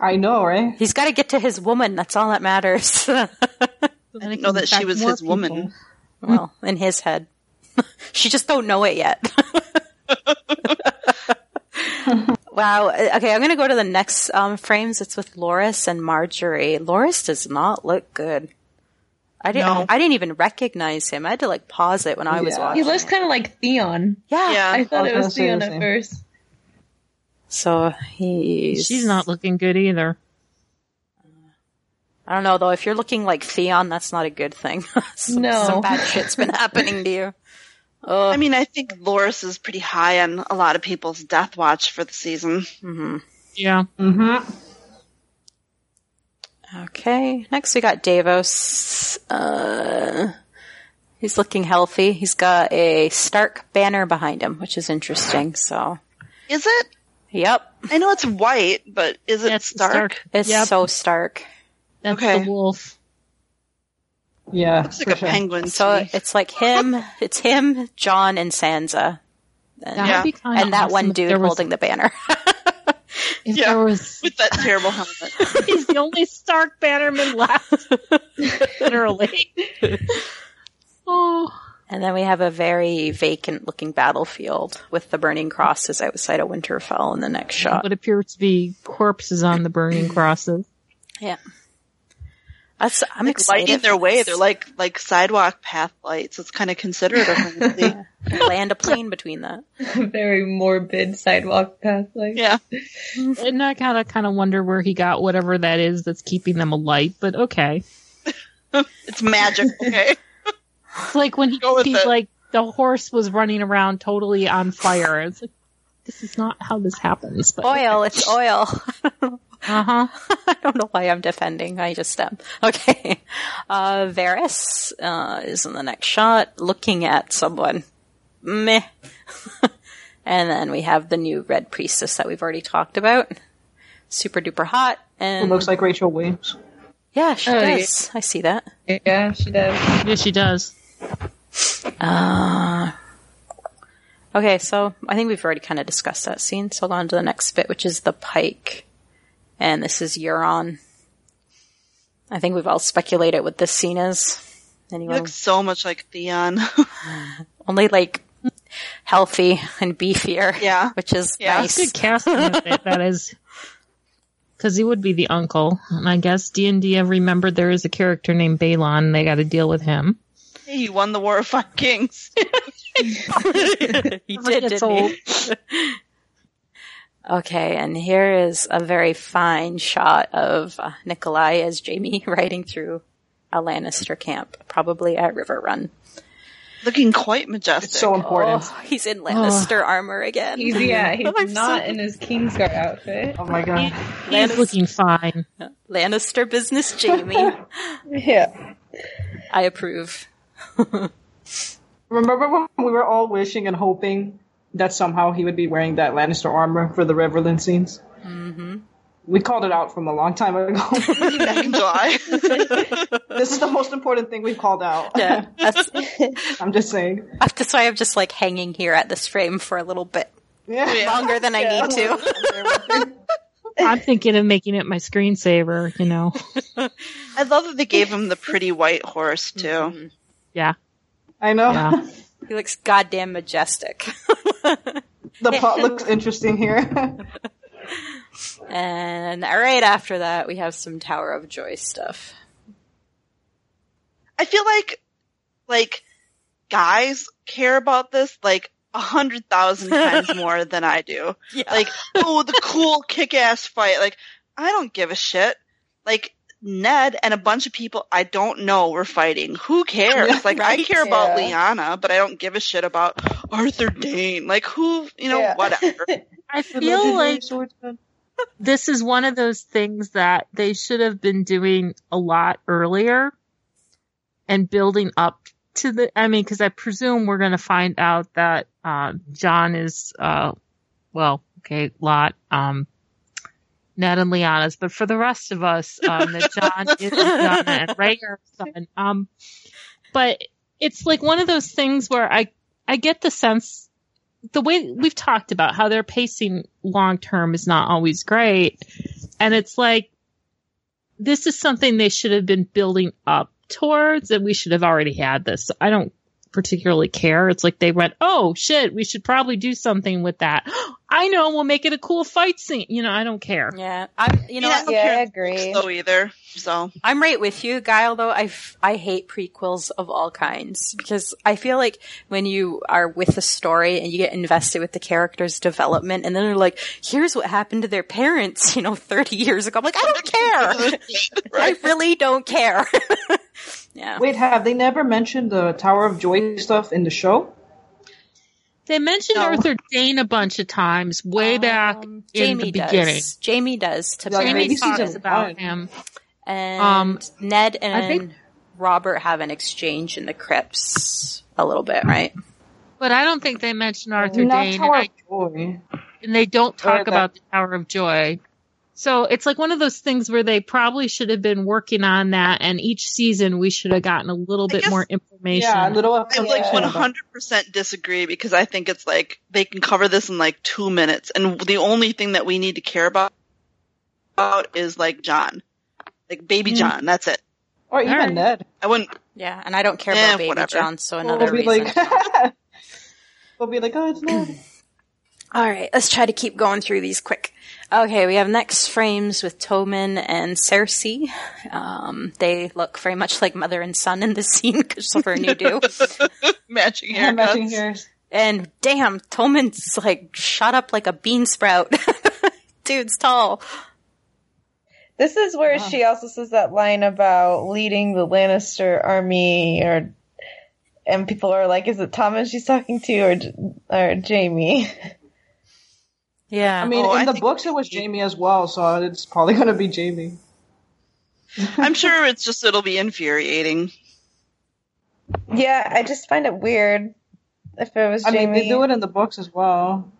[SPEAKER 6] I know, right?
[SPEAKER 2] He's got to get to his woman. That's all that matters.
[SPEAKER 3] I
[SPEAKER 4] didn't know that she was his woman.
[SPEAKER 2] well, in his head, she just don't know it yet. wow. Okay, I'm gonna go to the next um, frames. It's with Loris and Marjorie. Loris does not look good. I didn't.
[SPEAKER 4] No.
[SPEAKER 2] I didn't even recognize him. I had to like pause it when I was
[SPEAKER 6] Yeah.
[SPEAKER 2] watching.
[SPEAKER 5] He looks
[SPEAKER 2] it.
[SPEAKER 5] kind of like Theon.
[SPEAKER 2] Yeah.
[SPEAKER 4] Yeah.
[SPEAKER 5] I thought
[SPEAKER 6] I was
[SPEAKER 5] it
[SPEAKER 6] gonna
[SPEAKER 5] was
[SPEAKER 6] say the
[SPEAKER 5] Theon at
[SPEAKER 6] same.
[SPEAKER 5] first.
[SPEAKER 2] So he's.
[SPEAKER 3] She's not looking good either.
[SPEAKER 2] I don't know though. If you're looking like Theon, that's not a good thing. some,
[SPEAKER 5] No.
[SPEAKER 2] some bad shit's been happening to you. Oh,
[SPEAKER 4] I mean, I think Loris is pretty high on a lot of people's death watch for the season.
[SPEAKER 3] Yeah.
[SPEAKER 6] Mm-hmm.
[SPEAKER 2] okay. Next we got Davos. Uh, he's looking healthy. He's got a Stark banner behind him, which is interesting. So,
[SPEAKER 4] Is it?
[SPEAKER 2] yep,
[SPEAKER 4] I know it's white, but is it
[SPEAKER 3] That's the
[SPEAKER 4] Stark?
[SPEAKER 2] it's
[SPEAKER 3] Yep,
[SPEAKER 2] so Stark.
[SPEAKER 3] That's
[SPEAKER 4] Okay.
[SPEAKER 3] the wolf.
[SPEAKER 6] Yeah.
[SPEAKER 4] It's like a
[SPEAKER 6] for sure.
[SPEAKER 4] penguin.
[SPEAKER 2] So
[SPEAKER 4] to me.
[SPEAKER 2] it's like him, it's him, John, and Sansa. And,
[SPEAKER 3] That
[SPEAKER 4] Yeah.
[SPEAKER 3] would be kind
[SPEAKER 2] and that one dude
[SPEAKER 3] there was,
[SPEAKER 2] holding the banner.
[SPEAKER 3] If
[SPEAKER 4] Yeah.
[SPEAKER 3] there was,
[SPEAKER 4] with that terrible helmet.
[SPEAKER 3] he's the only Stark Bannerman left. Literally. oh,
[SPEAKER 2] and then we have a very vacant looking battlefield with the burning crosses outside of Winterfell in the next shot.
[SPEAKER 3] what appear to be corpses on the burning crosses.
[SPEAKER 2] Yeah. That's, I'm excited.
[SPEAKER 4] Lighting their
[SPEAKER 2] for
[SPEAKER 4] way,
[SPEAKER 2] this.
[SPEAKER 4] they're like like sidewalk path lights. It's kind of considerate of them. to see.
[SPEAKER 2] land a plane between that.
[SPEAKER 5] Very morbid sidewalk path. Like,
[SPEAKER 4] yeah,
[SPEAKER 3] And I kind of kind of wonder where he got whatever that is that's keeping them alight. But okay,
[SPEAKER 4] it's magic. Okay,
[SPEAKER 3] it's like when he,
[SPEAKER 4] Go with
[SPEAKER 3] he,
[SPEAKER 4] it.
[SPEAKER 3] like the horse was running around totally on fire. It's like this is not how this happens. But
[SPEAKER 2] Oil, it's oil.
[SPEAKER 3] uh huh.
[SPEAKER 2] I don't know why I'm defending. I just am. Okay. Uh, Varys, uh, is in the next shot looking at someone. Meh. and then we have the new red priestess that we've already talked about. Super duper hot.
[SPEAKER 6] It
[SPEAKER 2] And
[SPEAKER 6] looks like Rachel Williams.
[SPEAKER 2] yeah, she
[SPEAKER 5] Oh, yeah.
[SPEAKER 2] does. I see that.
[SPEAKER 5] yeah, she does.
[SPEAKER 3] Yeah, she does.
[SPEAKER 2] Okay, so I think we've already kind of discussed that scene. So on to the next bit, which is the pike, and this is Euron. I think we've all speculated what this scene is.
[SPEAKER 4] he
[SPEAKER 2] Anyone?
[SPEAKER 4] looks so much like Theon.
[SPEAKER 2] Only like healthy and beefier.
[SPEAKER 4] Yeah.
[SPEAKER 2] which is
[SPEAKER 4] Yeah.
[SPEAKER 2] nice.
[SPEAKER 3] Good casting of it, that is. Because he would be the uncle, and I guess D and D have remembered there is a character named Balon. They got to deal with him.
[SPEAKER 4] hey, you won the War of Five Kings.
[SPEAKER 2] he
[SPEAKER 3] Never
[SPEAKER 2] did,
[SPEAKER 3] gets
[SPEAKER 2] didn't he? okay, and here is a very fine shot of uh, Nikolai as Jamie riding through a Lannister camp, probably at River Run.
[SPEAKER 4] Looking quite majestic.
[SPEAKER 6] It's so important.
[SPEAKER 2] Oh, he's in Lannister armor again.
[SPEAKER 5] He's, yeah, he's
[SPEAKER 2] I'm so-
[SPEAKER 5] not in his Kingsguard outfit.
[SPEAKER 6] Oh my god.
[SPEAKER 3] He's looking fine.
[SPEAKER 2] Lannister business, Jamie.
[SPEAKER 5] Yeah.
[SPEAKER 2] I approve.
[SPEAKER 6] Remember when we were all wishing and hoping that somehow he would be wearing that Lannister armor for the Riverland scenes? Mm-hmm. We called it out from a long time ago.
[SPEAKER 4] back in July.
[SPEAKER 6] this is the most important thing we've called out.
[SPEAKER 2] Yeah, that's,
[SPEAKER 6] I'm just saying.
[SPEAKER 2] that's why I'm just like hanging here at this frame for a little bit
[SPEAKER 6] Yeah.
[SPEAKER 2] longer than I need to.
[SPEAKER 3] I'm thinking of making it my screensaver. You know,
[SPEAKER 4] I love that they gave him the pretty white horse too.
[SPEAKER 2] Mm-hmm.
[SPEAKER 3] yeah,
[SPEAKER 6] I know.
[SPEAKER 3] yeah.
[SPEAKER 2] He looks goddamn majestic.
[SPEAKER 6] The plot looks interesting here.
[SPEAKER 2] and right after that, we have some Tower of Joy stuff.
[SPEAKER 4] I feel like like guys care about this like a hundred thousand times more than I do.
[SPEAKER 2] Yeah.
[SPEAKER 4] Like, oh, the cool kick ass fight. Like, I don't give a shit. Like, Ned and a bunch of people I don't know were fighting. Who cares? Like, I care about Liana, but I don't give a shit about Arthur Dane. Like, who, you know,
[SPEAKER 5] Yeah.
[SPEAKER 4] whatever.
[SPEAKER 3] I feel like this is one of those things that they should have been doing a lot earlier and building up to the i mean because i presume we're going to find out that uh, john is uh, well okay lot um, ned and leanna's but for the rest of us um, that john is Donna and Rhaegar's son um, but it's like one of those things where i i get the sense the way we've talked about how their pacing long term is not always great. And it's like, this is something they should have been building up towards and we should have already had this. I don't particularly care. It's like they went, Oh shit, we should probably do something with that. I know we'll make it a cool fight scene. You know, I don't care.
[SPEAKER 2] Yeah, I'm. You know,
[SPEAKER 4] Yeah.
[SPEAKER 2] what?
[SPEAKER 4] don't
[SPEAKER 7] yeah,
[SPEAKER 4] care.
[SPEAKER 7] I agree.
[SPEAKER 4] So either. So,
[SPEAKER 2] I'm right with you, Guile. Though I, f- I hate prequels of all kinds because I feel like when you are with the story and you get invested with the character's development, and then they're like, "Here's what happened to their parents," you know, 30 years ago. I'm like, I don't care. I really don't care. yeah.
[SPEAKER 6] Wait, have they never mentioned the Tower of Joy stuff in the show?
[SPEAKER 3] They mentioned
[SPEAKER 4] No.
[SPEAKER 3] Arthur Dane a bunch of times way back
[SPEAKER 2] Um,
[SPEAKER 3] in the beginning.
[SPEAKER 2] does. Jamie does to
[SPEAKER 6] Yeah,
[SPEAKER 3] Jamie
[SPEAKER 2] Barry.
[SPEAKER 6] maybe season
[SPEAKER 3] talks about
[SPEAKER 6] one.
[SPEAKER 3] him.
[SPEAKER 2] and
[SPEAKER 3] um,
[SPEAKER 2] Ned and
[SPEAKER 3] I think-
[SPEAKER 2] Robert have an exchange in the crypts a little bit, right?
[SPEAKER 3] But I don't think they mentioned Arthur
[SPEAKER 6] Not
[SPEAKER 3] Dane. and
[SPEAKER 6] Tower
[SPEAKER 3] I
[SPEAKER 6] of Joy.
[SPEAKER 3] and they don't
[SPEAKER 6] Or
[SPEAKER 3] talk
[SPEAKER 6] the-
[SPEAKER 3] about the Tower of Joy. So it's like one of those things where they probably should have been working on that, and each season we should have gotten a little
[SPEAKER 4] I
[SPEAKER 3] bit
[SPEAKER 4] guess-
[SPEAKER 3] more information.
[SPEAKER 6] Yeah, a little up
[SPEAKER 4] I like
[SPEAKER 6] information about-
[SPEAKER 4] 100% disagree because I think it's like they can cover this in like two minutes, and the only thing that we need to care about about is like John, like baby John. That's it.
[SPEAKER 6] Or even
[SPEAKER 3] Alright.
[SPEAKER 6] Ned.
[SPEAKER 4] I wouldn't.
[SPEAKER 2] Yeah, and I don't care
[SPEAKER 4] Eh,
[SPEAKER 2] about Baby
[SPEAKER 4] whatever.
[SPEAKER 2] John, so
[SPEAKER 6] We'll
[SPEAKER 2] another
[SPEAKER 6] be
[SPEAKER 2] reason.
[SPEAKER 6] like, we'll be like, oh, it's Ned.
[SPEAKER 2] All right, let's try to keep going through these quick. Okay, we have next frames with Toman and Cersei. Um, they look very much like mother and son in this scene because of her new do.
[SPEAKER 4] Matching haircuts.
[SPEAKER 6] Matching hairs.
[SPEAKER 2] And damn, Toman's like shot up like a bean sprout. Dude's tall.
[SPEAKER 5] This is where she also says that line about leading the Lannister army, or and people are like, "Is it Thomas she's talking to, or J- or Jamie?"
[SPEAKER 2] Yeah.
[SPEAKER 6] I mean,
[SPEAKER 4] Oh,
[SPEAKER 6] in
[SPEAKER 4] I
[SPEAKER 6] the
[SPEAKER 4] think-
[SPEAKER 6] books it was Jamie as well, so it's probably going to be Jamie.
[SPEAKER 4] I'm sure it's just it'll be infuriating.
[SPEAKER 5] Yeah, I just find it weird if it was
[SPEAKER 6] I
[SPEAKER 5] Jamie.
[SPEAKER 6] mean, they do it in the books as well.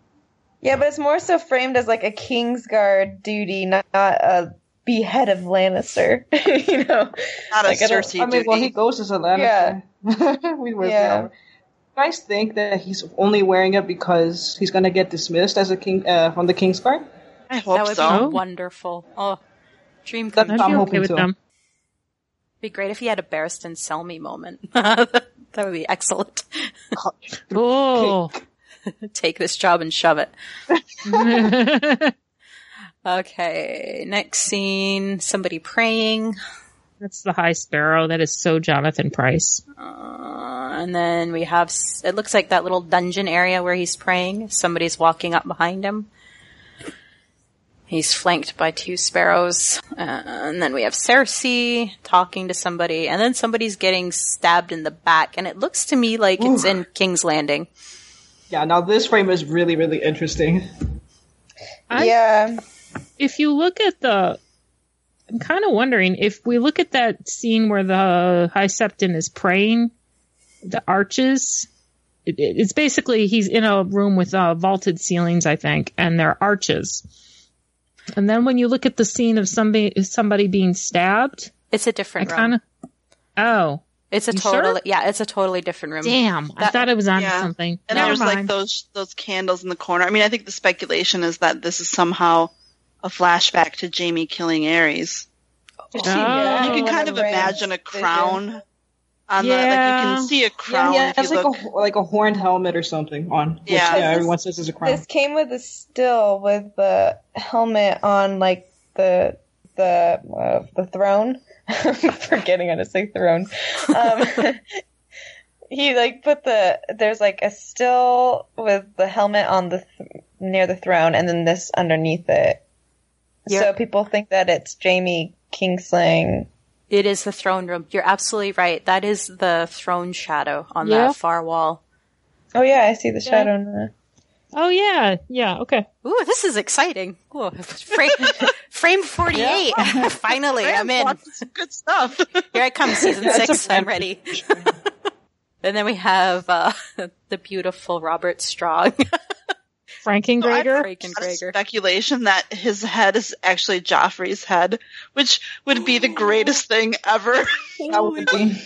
[SPEAKER 5] Yeah, but it's more so framed as like a Kingsguard duty, not, not a behead of Lannister. you know,
[SPEAKER 4] Not
[SPEAKER 5] Like,
[SPEAKER 4] a
[SPEAKER 5] I don't-
[SPEAKER 4] Cersei
[SPEAKER 6] I mean,
[SPEAKER 4] duty.
[SPEAKER 6] well, he goes as a Lannister. we were
[SPEAKER 5] Yeah.
[SPEAKER 6] yeah. You guys think that he's only wearing it because he's going to get dismissed as a king uh, from the King's Guard?
[SPEAKER 4] I
[SPEAKER 2] that
[SPEAKER 4] hope
[SPEAKER 2] would
[SPEAKER 4] so.
[SPEAKER 2] be
[SPEAKER 3] Oh.
[SPEAKER 2] wonderful. Oh, dream come true.
[SPEAKER 6] That'd
[SPEAKER 2] It'd
[SPEAKER 3] I'd be
[SPEAKER 6] I'm
[SPEAKER 3] okay
[SPEAKER 6] hoping
[SPEAKER 3] with
[SPEAKER 6] so.
[SPEAKER 3] them.
[SPEAKER 2] be great if he had a Barristan Selmy moment. that would be excellent.
[SPEAKER 3] Oh,
[SPEAKER 2] Take this job and shove it.
[SPEAKER 3] that's
[SPEAKER 2] Okay, next scene, somebody praying.
[SPEAKER 3] the High Sparrow. That is so Jonathan Price.
[SPEAKER 2] Uh, and then we have, s- it looks like that little dungeon area where he's praying. Somebody's walking up behind him. He's flanked by two sparrows. Uh, and then we have Cersei talking to somebody. And then somebody's getting stabbed in the back. And it looks to me like it's in King's Landing.
[SPEAKER 6] Yeah, now this frame is really, really interesting.
[SPEAKER 3] I-
[SPEAKER 5] yeah,
[SPEAKER 3] if you look at the I'm kind of wondering if we look at that scene where the High Septon is praying, the arches. It, it- it's basically he's in a room with uh, vaulted ceilings, I think, and there are arches. And then when you look at the scene of somebody somebody being stabbed,
[SPEAKER 2] It's a
[SPEAKER 3] I
[SPEAKER 2] different room.
[SPEAKER 3] kind of oh
[SPEAKER 2] it's a
[SPEAKER 3] You sure?
[SPEAKER 2] totally, yeah, it's a totally different room.
[SPEAKER 3] damn, I
[SPEAKER 2] That-
[SPEAKER 3] thought it was on
[SPEAKER 4] yeah.
[SPEAKER 3] something.
[SPEAKER 4] And
[SPEAKER 3] Never
[SPEAKER 4] there's like
[SPEAKER 3] mind.
[SPEAKER 4] those those candles in the corner. I mean, I think the speculation is that this is somehow a flashback to Jamie killing Ares.
[SPEAKER 5] You've
[SPEAKER 3] Oh.
[SPEAKER 5] seen that.
[SPEAKER 4] you can
[SPEAKER 3] Oh,
[SPEAKER 4] kind of
[SPEAKER 5] Right.
[SPEAKER 4] imagine a crown on the like you
[SPEAKER 3] Yeah.
[SPEAKER 4] can see a crown
[SPEAKER 6] yeah, yeah,
[SPEAKER 4] if
[SPEAKER 6] it's
[SPEAKER 4] you
[SPEAKER 6] like
[SPEAKER 4] look.
[SPEAKER 6] a like a horned helmet or something on. Which,
[SPEAKER 4] Yeah.
[SPEAKER 6] yeah, everyone says is a crown.
[SPEAKER 5] This came with a still with the helmet on, like the the uh, the throne. I'm forgetting how to say throne. Um, he like put the there's like a still with the helmet on the th- near the throne, and then this underneath it.
[SPEAKER 2] Yeah.
[SPEAKER 5] So people think that it's Jamie Kingsling.
[SPEAKER 2] It is the throne room. You're absolutely right. That is the throne shadow on
[SPEAKER 3] Yeah.
[SPEAKER 2] that far wall.
[SPEAKER 5] Oh yeah, I see the shadow now.
[SPEAKER 3] oh yeah, yeah, okay.
[SPEAKER 2] Ooh, this is exciting. Ooh, frame, frame 48. Finally, I'm in.
[SPEAKER 4] Lots of some good stuff.
[SPEAKER 2] Here I come, season six. I'm ready. and then we have uh, the beautiful Robert Strong.
[SPEAKER 3] Frankengrager.
[SPEAKER 2] Frank and
[SPEAKER 4] Lot of
[SPEAKER 2] Gregor.
[SPEAKER 4] Speculation that his head is actually Joffrey's head, which would be the greatest thing ever.
[SPEAKER 6] That would be-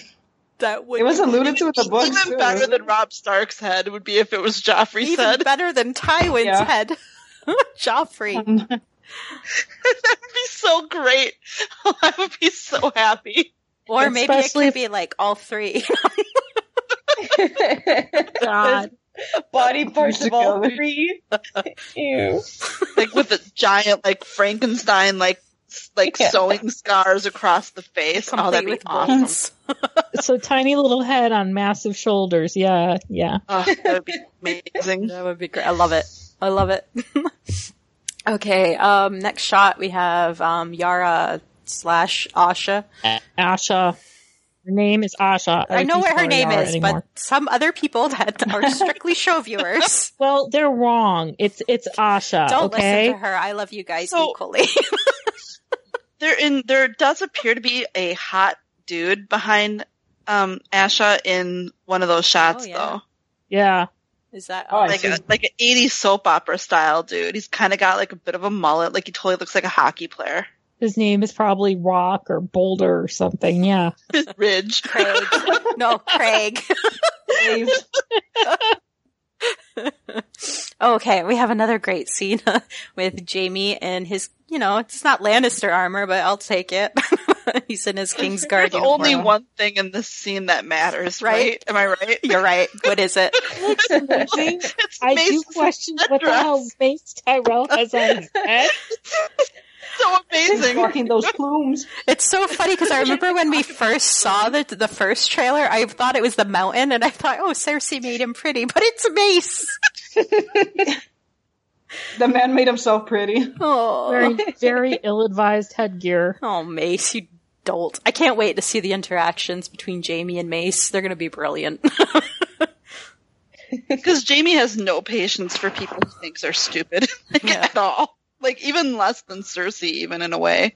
[SPEAKER 2] That would
[SPEAKER 6] It was alluded to in the books.
[SPEAKER 4] Even
[SPEAKER 6] too,
[SPEAKER 4] better
[SPEAKER 6] wasn't
[SPEAKER 4] than
[SPEAKER 6] it?
[SPEAKER 4] Rob Stark's head would be if it was Joffrey's
[SPEAKER 2] even
[SPEAKER 4] head.
[SPEAKER 2] better than Tywin's
[SPEAKER 6] Yeah. Um,
[SPEAKER 2] head. Joffrey.
[SPEAKER 4] that would be so great. I would be so happy.
[SPEAKER 2] Or maybe it
[SPEAKER 3] Especially
[SPEAKER 2] could
[SPEAKER 3] if-
[SPEAKER 2] be like all three.
[SPEAKER 3] God.
[SPEAKER 5] Body parts of all
[SPEAKER 6] Together.
[SPEAKER 5] three. Ew.
[SPEAKER 4] Like with a giant, like Frankenstein, like s- like
[SPEAKER 5] Yeah.
[SPEAKER 4] sewing scars across the face. Oh,
[SPEAKER 2] complete
[SPEAKER 4] that'd be
[SPEAKER 2] with
[SPEAKER 4] awesome.
[SPEAKER 2] bones.
[SPEAKER 3] so tiny little head on massive shoulders. Yeah, yeah.
[SPEAKER 4] Oh, that would be amazing.
[SPEAKER 2] That would be great. I love it. I love it. okay. Um, next shot we have um, Yara slash Asha.
[SPEAKER 3] Asha. Her name is Asha.
[SPEAKER 2] I know where
[SPEAKER 3] refuse to
[SPEAKER 2] her
[SPEAKER 3] call
[SPEAKER 2] name
[SPEAKER 3] Yara
[SPEAKER 2] is,
[SPEAKER 3] anymore.
[SPEAKER 2] but some other people that are strictly show viewers
[SPEAKER 3] well, they're wrong. It's it's Asha.
[SPEAKER 2] don't
[SPEAKER 3] okay.
[SPEAKER 2] listen to her. I love you guys
[SPEAKER 4] So-
[SPEAKER 2] equally.
[SPEAKER 4] There in there does appear to be a hot dude behind um Asha in one of those shots
[SPEAKER 2] Oh, yeah.
[SPEAKER 4] though.
[SPEAKER 3] Yeah.
[SPEAKER 2] Is that
[SPEAKER 6] Oh, I
[SPEAKER 4] like
[SPEAKER 6] see.
[SPEAKER 4] a, like an 80s soap opera style dude. He's kind of got like a bit of a mullet. Like he totally looks like a hockey player.
[SPEAKER 3] His name is probably Rock or Boulder or something. Yeah.
[SPEAKER 4] Ridge.
[SPEAKER 2] Craig? no, Craig.
[SPEAKER 6] Dave.
[SPEAKER 2] okay, we have another great scene with Jamie and his, you know, it's not Lannister armor, but I'll take it. He's in his Kingsguard
[SPEAKER 4] There's only
[SPEAKER 2] uniform.
[SPEAKER 4] one thing in this scene that matters, right?
[SPEAKER 2] Right.
[SPEAKER 4] Am I right?
[SPEAKER 2] You're right. What is it?
[SPEAKER 3] Looks amazing.
[SPEAKER 4] It's
[SPEAKER 3] I do
[SPEAKER 4] Mason's
[SPEAKER 3] question what the hell
[SPEAKER 4] headdress.
[SPEAKER 3] Mace Tyrell has on his head.
[SPEAKER 4] so amazing.
[SPEAKER 6] Rocking those plumes.
[SPEAKER 2] It's so funny because I remember when we first saw the the first trailer, I thought it was the mountain, and I thought, oh, Cersei made him pretty, but it's Mace.
[SPEAKER 6] The man made himself pretty.
[SPEAKER 2] Oh,
[SPEAKER 3] Wearing very ill-advised headgear.
[SPEAKER 2] oh, Mace, you dolt! I can't wait to see the interactions between Jamie and Mace. They're gonna be brilliant.
[SPEAKER 4] Because Jamie has no patience for people who thinks they're stupid like,
[SPEAKER 2] Yeah.
[SPEAKER 4] at all. Like even less than Cersei, even in a way.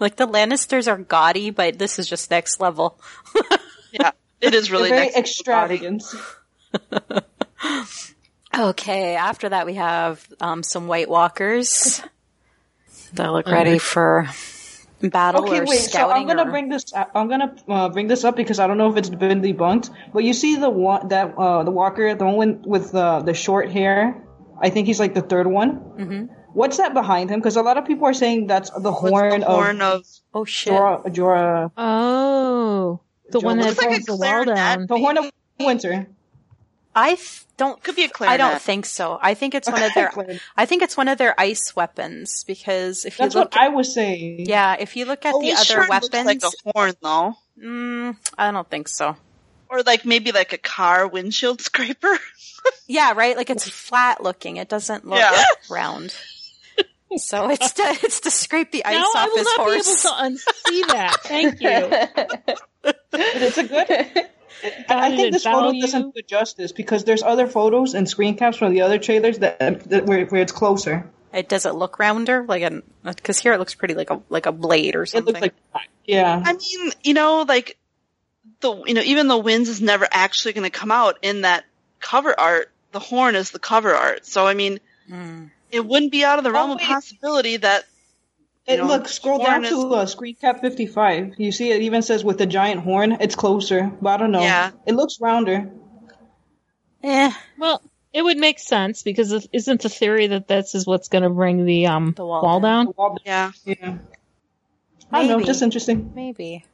[SPEAKER 2] like the Lannisters are gaudy, but this is just next level.
[SPEAKER 4] Yeah, it is really
[SPEAKER 6] very
[SPEAKER 4] next to the
[SPEAKER 6] extravagant.
[SPEAKER 2] Okay, after that we have um, some White Walkers. They look ready for battle or
[SPEAKER 6] Okay, wait. So I'm
[SPEAKER 2] scouting.
[SPEAKER 6] gonna
[SPEAKER 2] or-
[SPEAKER 6] bring this. up- I'm gonna uh, bring this up because I don't know if it's been debunked. But you see the one that uh, the Walker, the one with the the short hair. I think he's like the third one. Mm-hmm. What's that behind him? Because a lot of people are saying that's the horn
[SPEAKER 4] body. Horn
[SPEAKER 6] of
[SPEAKER 4] of
[SPEAKER 2] oh shit!
[SPEAKER 6] Jorah. Jorah
[SPEAKER 3] Oh, the
[SPEAKER 6] Joe
[SPEAKER 3] one that
[SPEAKER 6] looks like
[SPEAKER 3] holds
[SPEAKER 4] a
[SPEAKER 3] the wall
[SPEAKER 4] clarinet.
[SPEAKER 3] down.
[SPEAKER 6] the horn of Winter.
[SPEAKER 2] I f- don't.
[SPEAKER 4] Could be a
[SPEAKER 2] I don't
[SPEAKER 4] clarinet.
[SPEAKER 2] think so. I think it's one of their.
[SPEAKER 6] Clarinet.
[SPEAKER 2] I think it's one of their ice weapons because if
[SPEAKER 6] That's
[SPEAKER 2] you look,
[SPEAKER 6] what I was saying.
[SPEAKER 2] yeah, if you look at
[SPEAKER 4] Oh,
[SPEAKER 2] the
[SPEAKER 4] it
[SPEAKER 2] other
[SPEAKER 4] sure
[SPEAKER 2] weapons,
[SPEAKER 4] looks like a horn though,
[SPEAKER 2] mm, I don't think so.
[SPEAKER 4] or like maybe like a car windshield scraper.
[SPEAKER 2] Yeah, right. Like it's flat looking. It doesn't look
[SPEAKER 4] Yeah.
[SPEAKER 2] round. So it's to, it's to scrape the ice
[SPEAKER 3] Now I
[SPEAKER 2] off
[SPEAKER 3] will
[SPEAKER 2] his
[SPEAKER 3] not
[SPEAKER 2] horse.
[SPEAKER 3] be able to unsee that. Thank you.
[SPEAKER 6] It's a good. I
[SPEAKER 3] Got
[SPEAKER 6] I
[SPEAKER 3] it
[SPEAKER 6] think
[SPEAKER 3] at
[SPEAKER 6] this photo
[SPEAKER 3] value.
[SPEAKER 6] doesn't do justice because there's other photos and screen caps from the other trailers that, that where, where it's closer.
[SPEAKER 2] It doesn't look rounder, like an because here it looks pretty like a like a blade or
[SPEAKER 6] It
[SPEAKER 2] something.
[SPEAKER 6] looks like yeah.
[SPEAKER 4] I mean, you know, like the you know even the winds is never actually going to come out in that cover art. The horn is the cover art, so I mean, it wouldn't be out of the realm of
[SPEAKER 6] Oh, wait.
[SPEAKER 4] possibility that
[SPEAKER 6] It
[SPEAKER 4] you know,
[SPEAKER 6] look scroll
[SPEAKER 4] horn
[SPEAKER 6] down
[SPEAKER 4] is-
[SPEAKER 6] to uh, screen cap fifty five. You see, it even says with the giant horn. It's closer, but I don't know.
[SPEAKER 4] Yeah.
[SPEAKER 6] it looks rounder.
[SPEAKER 2] eh,
[SPEAKER 3] Well, it would make sense because it- isn't the theory that this is what's going to bring the um
[SPEAKER 2] The wall
[SPEAKER 3] wall, down?
[SPEAKER 6] The wall-
[SPEAKER 4] yeah.
[SPEAKER 6] Yeah. I don't know.
[SPEAKER 2] Maybe.
[SPEAKER 6] Just interesting.
[SPEAKER 2] maybe.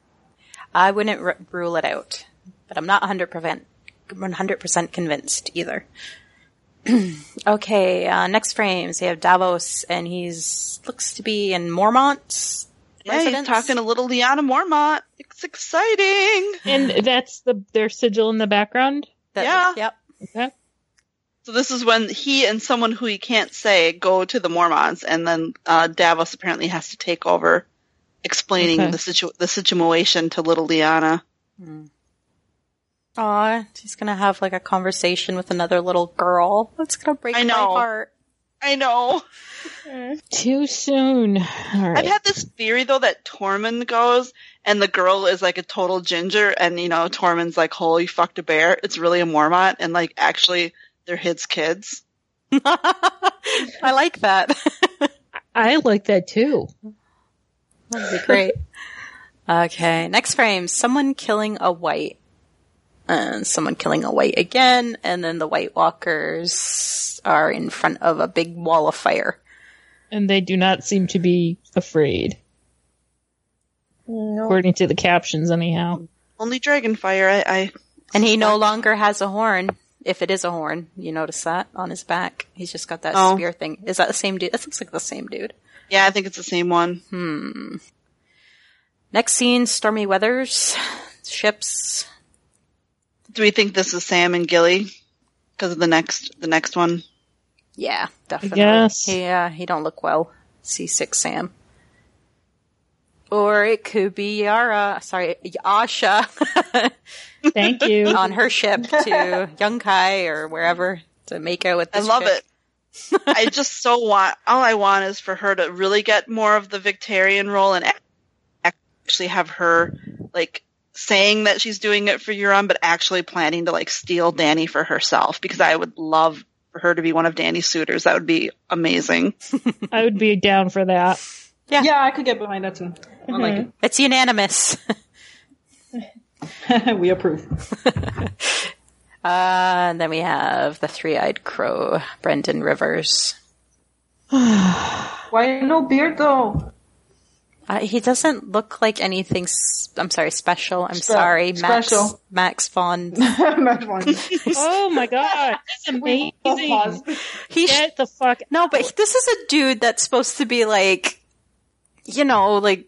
[SPEAKER 2] I wouldn't r- rule it out, but I'm not 100% 100% convinced either. okay, uh, next frames. They have Davos, and he's looks to be in Mormont.
[SPEAKER 4] Yeah, he's
[SPEAKER 2] residence.
[SPEAKER 4] talking a little Liana Mormont. It's exciting.
[SPEAKER 3] And that's the their sigil in the background.
[SPEAKER 4] yeah.
[SPEAKER 2] Yep.
[SPEAKER 3] Okay.
[SPEAKER 4] So this is when he and someone who he can't say go to the Mormons, and then uh, Davos apparently has to take over explaining
[SPEAKER 3] Okay.
[SPEAKER 4] the situ- the situation to little Liana.
[SPEAKER 2] Aw, she's gonna have like a conversation with another little girl. That's gonna break
[SPEAKER 4] I know.
[SPEAKER 2] my heart.
[SPEAKER 4] I know.
[SPEAKER 3] Too soon. All right.
[SPEAKER 4] I've had this theory though that Tormund goes and the girl is like a total ginger, and you know Tormund's like, "Holy you fucked a bear!" It's really a Mormont, and like actually they're his kids.
[SPEAKER 2] I like that.
[SPEAKER 3] I like that too.
[SPEAKER 2] That'd be great. okay, next frame. Someone killing a white. And someone killing a white again, and then the White Walkers are in front of a big wall of fire.
[SPEAKER 3] And they do not seem to be afraid,
[SPEAKER 5] no.
[SPEAKER 3] according to the captions, anyhow.
[SPEAKER 4] Only Dragonfire. I, I
[SPEAKER 2] And he no longer has a horn, if it is a horn. You notice that on his back. He's just got that
[SPEAKER 4] Oh.
[SPEAKER 2] spear thing. Is that the same dude? That looks like the same dude.
[SPEAKER 4] yeah, I think it's the same one.
[SPEAKER 2] Next scene, stormy weathers, ships.
[SPEAKER 4] Do we think this is Sam and Gilly? Because of the next, the next one.
[SPEAKER 2] Yeah, definitely.
[SPEAKER 3] guess.
[SPEAKER 2] Yeah, he don't look well. C6 Sam. Or it could be Yara, sorry, Asha
[SPEAKER 3] Thank you.
[SPEAKER 2] on her ship to Yunkai or wherever to make out with
[SPEAKER 4] I
[SPEAKER 2] this
[SPEAKER 4] love
[SPEAKER 2] chick.
[SPEAKER 4] it. I just so want. All I want is for her to really get more of the Victorian role and ac- actually have her like saying that she's doing it for Euron, but actually planning to like steal Danny for herself because I would love for her to be one of Danny's suitors. That would be amazing.
[SPEAKER 3] I would be down for that.
[SPEAKER 2] Yeah.
[SPEAKER 6] Yeah, I could get behind that too. I like
[SPEAKER 2] It's unanimous.
[SPEAKER 6] it. we approve.
[SPEAKER 2] Uh, and then we have the three-eyed crow, Brendan Rivers.
[SPEAKER 6] Why no beard though?
[SPEAKER 2] Uh, he doesn't look like anything. S- I'm sorry, special. I'm
[SPEAKER 6] Spe-
[SPEAKER 2] sorry, Max.
[SPEAKER 6] special.
[SPEAKER 2] Max Vaughn.
[SPEAKER 6] Imagine one.
[SPEAKER 3] Oh my god, that's amazing!
[SPEAKER 6] Pause.
[SPEAKER 2] He sh-
[SPEAKER 3] Get the fuck
[SPEAKER 2] no, but this is a dude that's supposed to be like, you know, like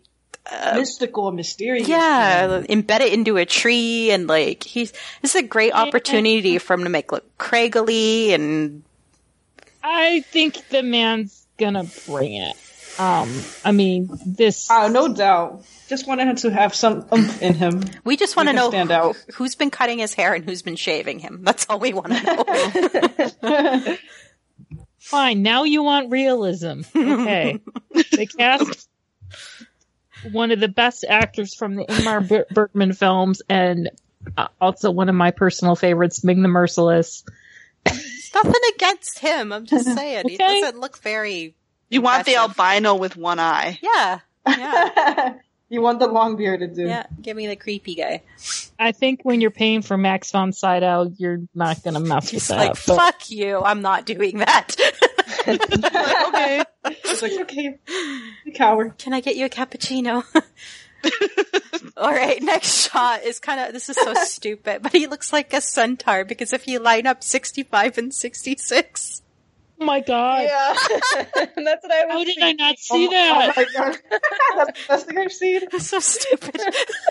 [SPEAKER 6] Mystical, mysterious.
[SPEAKER 2] yeah, embedded into a tree, and like he's. This is a great opportunity for him to make look craggly and
[SPEAKER 3] I think the man's gonna bring it. Um, I mean, this.
[SPEAKER 6] Oh, no doubt. Just wanted him to have some oomph in him.
[SPEAKER 2] We just want to
[SPEAKER 6] can
[SPEAKER 2] know
[SPEAKER 6] stand out.
[SPEAKER 2] who's been cutting his hair and who's been shaving him. That's all we want to know.
[SPEAKER 3] Fine, now you want realism. Okay. they cast one of the best actors from the Ingmar Ber- Bergman films and uh, also one of my personal favorites, Ming the Merciless.
[SPEAKER 2] Nothing against him. I'm just saying he
[SPEAKER 3] Okay.
[SPEAKER 2] doesn't look very.
[SPEAKER 4] You want the
[SPEAKER 2] Impressive.
[SPEAKER 4] albino with one eye.
[SPEAKER 2] Yeah, yeah,
[SPEAKER 6] you want the long bearded dude.
[SPEAKER 2] yeah. Give me the creepy guy.
[SPEAKER 3] I think when you're paying for Max von Sydow, you're not going to mess with
[SPEAKER 2] He's
[SPEAKER 3] that.
[SPEAKER 2] like,
[SPEAKER 3] but-
[SPEAKER 2] "Fuck you! I'm not doing that."
[SPEAKER 6] okay. It's like, okay. You coward.
[SPEAKER 2] Can I get you a cappuccino? All right, next shot is kind of this is so stupid, but he looks like a centaur because if you line up 65 and 66,
[SPEAKER 3] oh my god.
[SPEAKER 5] Yeah, that's what I was.
[SPEAKER 3] How did I
[SPEAKER 5] thinking.
[SPEAKER 3] not see
[SPEAKER 6] Oh
[SPEAKER 3] that?
[SPEAKER 6] my god. That's the best thing I've seen.
[SPEAKER 2] That's so stupid.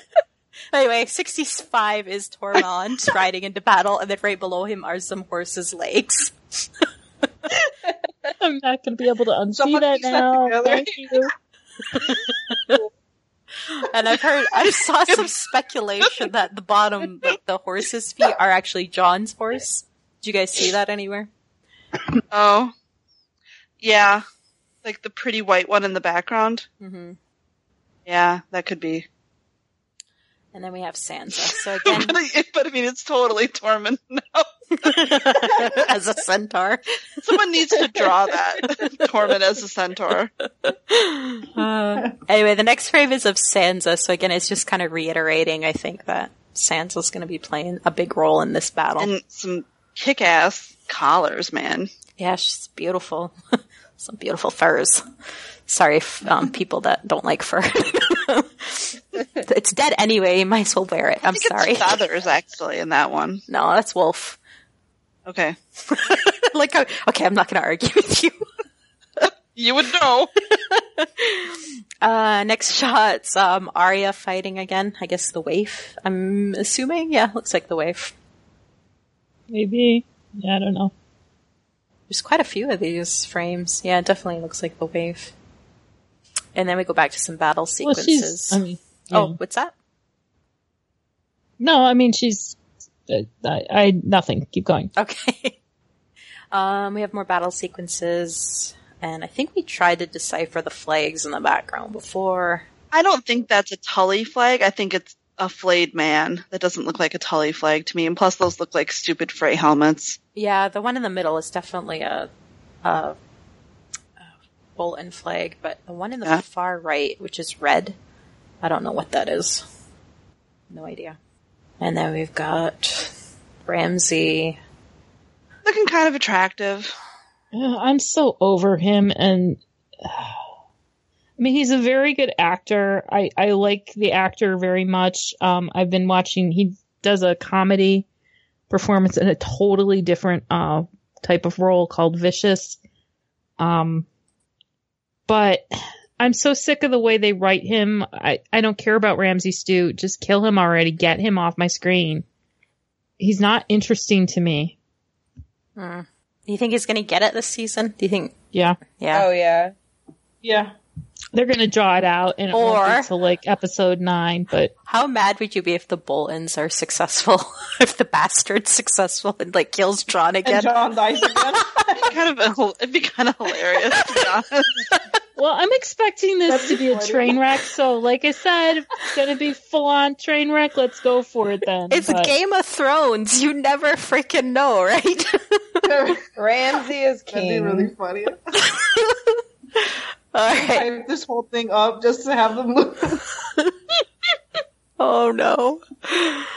[SPEAKER 2] anyway, 65 is Tormund riding into battle, and then right below him are some horse's legs.
[SPEAKER 3] I'm not going to be able to unsee
[SPEAKER 6] Someone
[SPEAKER 3] that
[SPEAKER 6] piece that
[SPEAKER 3] now.
[SPEAKER 6] together.
[SPEAKER 3] Thank you.
[SPEAKER 2] And I've heard, I saw some speculation that the bottom, the, the horse's feet are actually John's horse. Did you guys see that anywhere?
[SPEAKER 4] Oh. Yeah. Like the pretty white one in the background.
[SPEAKER 2] hmm
[SPEAKER 4] Yeah, that could be.
[SPEAKER 2] And then we have Sansa. So again,
[SPEAKER 4] but, I, but I mean, it's totally Tormund now.
[SPEAKER 2] as a centaur.
[SPEAKER 4] Someone needs to draw that. Tormund as a centaur.
[SPEAKER 2] Uh, anyway, the next frame is of Sansa. So again, it's just kind of reiterating, I think, that Sansa's going to be playing a big role in this battle.
[SPEAKER 4] And some kick ass collars, man.
[SPEAKER 2] Yeah, she's beautiful. Some beautiful furs. Sorry, f- um, people that don't like fur. it's dead anyway. You might as well wear it. I'm
[SPEAKER 4] I think
[SPEAKER 2] sorry.
[SPEAKER 4] It's feathers, actually, in that one.
[SPEAKER 2] No, that's wolf.
[SPEAKER 4] Okay.
[SPEAKER 2] like,
[SPEAKER 4] uh,
[SPEAKER 2] I- okay, I'm not going to argue with you.
[SPEAKER 4] You would know.
[SPEAKER 2] Uh, next shot's um, Arya fighting again. I guess the waif. I'm assuming. Yeah, looks like the waif.
[SPEAKER 3] Maybe. Yeah, I don't know.
[SPEAKER 2] There's quite a few of these frames. Yeah, it definitely looks like the waif. And then we go back to some battle
[SPEAKER 3] Well,
[SPEAKER 2] sequences.
[SPEAKER 3] she's. I mean,
[SPEAKER 2] Oh,
[SPEAKER 3] yeah.
[SPEAKER 2] what's that?
[SPEAKER 3] No, I mean she's. Uh, I, I nothing. Keep going.
[SPEAKER 2] Okay. Um, we have more battle sequences, and I think we tried to decipher the flags in the background before.
[SPEAKER 4] I don't think that's a Tully flag. I think it's a flayed man. That doesn't look like a Tully flag to me. And plus, those look like stupid fray helmets.
[SPEAKER 2] Yeah, the one in the middle is definitely a, a, a Bolton flag, but the one in the
[SPEAKER 4] Yeah.
[SPEAKER 2] far right, which is red, I don't know what that is. No idea. And then we've got Ramsey.
[SPEAKER 4] Looking kind of attractive.
[SPEAKER 3] Uh, I'm so over him, and uh, I mean he's a very good actor. I I like the actor very much. Um, I've been watching. He does a comedy performance in a totally different uh type of role called Vicious. Um, but I'm so sick of the way they write him. I I don't care about Ramsey Stew. Just kill him already. Get him off my screen. He's not interesting to me.
[SPEAKER 2] Do you think he's going to get it this season? Do you think?
[SPEAKER 3] Yeah.
[SPEAKER 2] Yeah.
[SPEAKER 5] Oh yeah,
[SPEAKER 6] Yeah.
[SPEAKER 3] they're gonna draw it out and it won't
[SPEAKER 2] Or-
[SPEAKER 3] be till like episode nine but
[SPEAKER 2] How mad would you be if the Boltons are successful? if the bastard's successful and like kills John
[SPEAKER 6] And
[SPEAKER 2] again?
[SPEAKER 6] John dies again.
[SPEAKER 4] It'd be kind of, it'd be kind of hilarious, to be honest.
[SPEAKER 3] Well, I'm expecting this
[SPEAKER 5] That's
[SPEAKER 3] to be a
[SPEAKER 5] funny.
[SPEAKER 3] train wreck. So, like I said, if it's going to be full on train wreck. Let's go for it then.
[SPEAKER 2] It's
[SPEAKER 3] But-
[SPEAKER 2] Game of Thrones. You never freaking know, right?
[SPEAKER 5] Ramsey is
[SPEAKER 6] That'd be
[SPEAKER 5] king.
[SPEAKER 6] really funny.
[SPEAKER 2] All right.
[SPEAKER 6] Hype this whole thing up just to have them. look-
[SPEAKER 2] Oh no.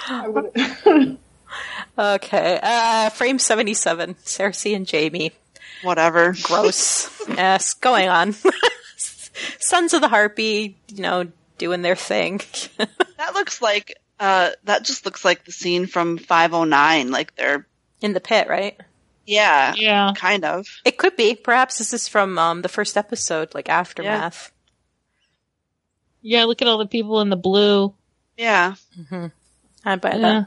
[SPEAKER 6] I would-
[SPEAKER 2] Okay. Uh, frame seventy-seven. Cersei and Jamie.
[SPEAKER 4] Whatever.
[SPEAKER 2] Gross. yes. Going on. Sons of the Harpy. You know, doing their thing.
[SPEAKER 4] That looks like uh that just looks like the scene from 509 like they're
[SPEAKER 2] In the pit, right?
[SPEAKER 4] yeah,
[SPEAKER 3] yeah.
[SPEAKER 4] kind of.
[SPEAKER 2] It could be. Perhaps this is from um, the first episode, like aftermath.
[SPEAKER 3] Yeah, look at all the people in the blue.
[SPEAKER 4] Yeah.
[SPEAKER 2] I buy
[SPEAKER 3] Yeah.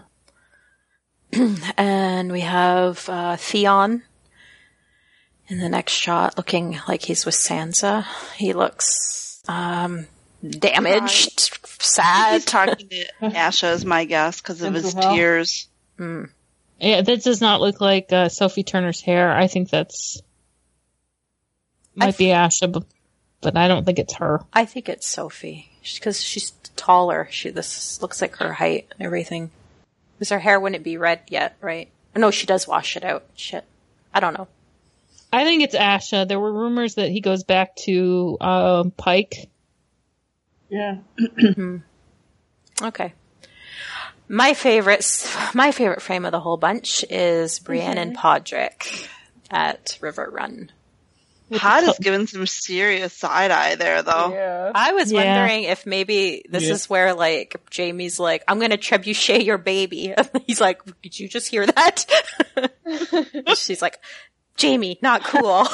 [SPEAKER 2] that. And we have uh, Theon in the next shot, looking like he's with Sansa. He looks um, damaged,
[SPEAKER 4] He's
[SPEAKER 2] sad.
[SPEAKER 4] talking to Asha is my guess cuz of his
[SPEAKER 6] Mental health.
[SPEAKER 4] tears.
[SPEAKER 3] Yeah, that does not look like uh, Sophie Turner's hair. I think that's might be Asha, but, but I don't think it's her.
[SPEAKER 2] I think it's Sophie because she's taller. She this looks like her height and everything. Because her hair wouldn't be red yet, right? No, she does wash it out. Shit, I don't know.
[SPEAKER 3] I think it's Asha. There were rumors that he goes back to um, Pike.
[SPEAKER 6] yeah.
[SPEAKER 2] Okay. My favorite, my favorite frame of the whole bunch is Brienne and Podrick at River Run.
[SPEAKER 4] Pod is giving some serious side eye there though.
[SPEAKER 5] Yeah.
[SPEAKER 2] I was
[SPEAKER 3] Yeah.
[SPEAKER 2] wondering if maybe this
[SPEAKER 6] Yeah.
[SPEAKER 2] is where like Jamie's like, I'm gonna trebuchet your baby. He's like, did you just hear that? She's like, Jamie, not cool.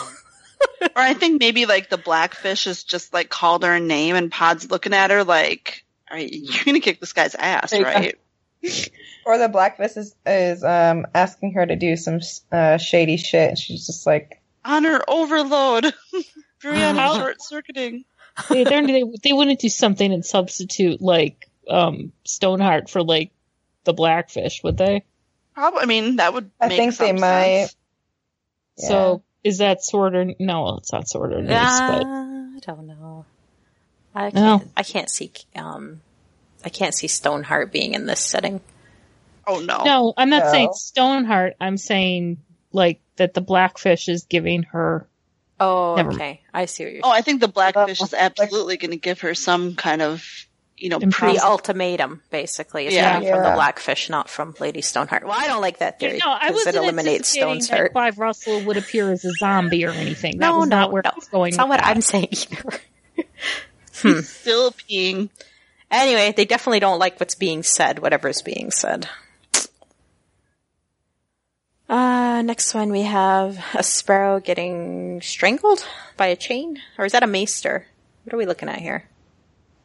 [SPEAKER 4] Or I think maybe like the blackfish is just like called her a name and Pod's looking at her like, are you you're gonna kick this guy's ass,
[SPEAKER 6] Yeah.
[SPEAKER 4] right?
[SPEAKER 5] Or the Black Fist is, is um, asking her to do some uh, shady shit, and she's just like,
[SPEAKER 4] Honor overload. Brianna
[SPEAKER 3] How-
[SPEAKER 4] short circuiting.
[SPEAKER 3] they, they're- they they wouldn't do something and substitute like um, Stoneheart for like the Blackfish, would they?
[SPEAKER 4] Probably. I mean, that would.
[SPEAKER 5] I
[SPEAKER 4] make
[SPEAKER 5] think
[SPEAKER 4] some
[SPEAKER 5] they might.
[SPEAKER 4] sense.
[SPEAKER 3] So is that sword or no? It's not sword or noose,
[SPEAKER 2] Uh,
[SPEAKER 3] but
[SPEAKER 2] I don't know. I can't.
[SPEAKER 3] No.
[SPEAKER 2] I can't see. Um, I can't see Stoneheart being in this setting.
[SPEAKER 4] Oh
[SPEAKER 2] Uh,
[SPEAKER 4] no.
[SPEAKER 3] No, I'm not
[SPEAKER 5] No.
[SPEAKER 3] saying Stoneheart. I'm saying like that the blackfish is giving her.
[SPEAKER 2] Oh,
[SPEAKER 3] Never
[SPEAKER 2] okay. I see what you're.
[SPEAKER 4] Oh, I think the blackfish is
[SPEAKER 5] Like-
[SPEAKER 4] absolutely going to give her some kind of, you know,
[SPEAKER 3] Impress-
[SPEAKER 4] pre.
[SPEAKER 2] the ultimatum, basically, is
[SPEAKER 4] Yeah.
[SPEAKER 2] coming from the
[SPEAKER 5] Yeah.
[SPEAKER 2] Blackfish, not from Lady Stoneheart. Well, I don't like that theory
[SPEAKER 3] no, I
[SPEAKER 2] because
[SPEAKER 3] wasn't
[SPEAKER 2] it eliminates
[SPEAKER 3] anticipating that
[SPEAKER 2] Stoneheart.
[SPEAKER 3] Clive Russell would appear as a zombie or anything. That
[SPEAKER 2] no,
[SPEAKER 3] was
[SPEAKER 2] no,
[SPEAKER 3] not where
[SPEAKER 2] no.
[SPEAKER 3] I was going.
[SPEAKER 2] It's not
[SPEAKER 3] with
[SPEAKER 2] what
[SPEAKER 3] that.
[SPEAKER 2] I'm saying either.
[SPEAKER 4] Still peeing.
[SPEAKER 2] anyway, they definitely don't like what's being said, whatever's being said. Uh, next one we have a sparrow getting strangled by a chain, or is that a maester? What are we looking at here?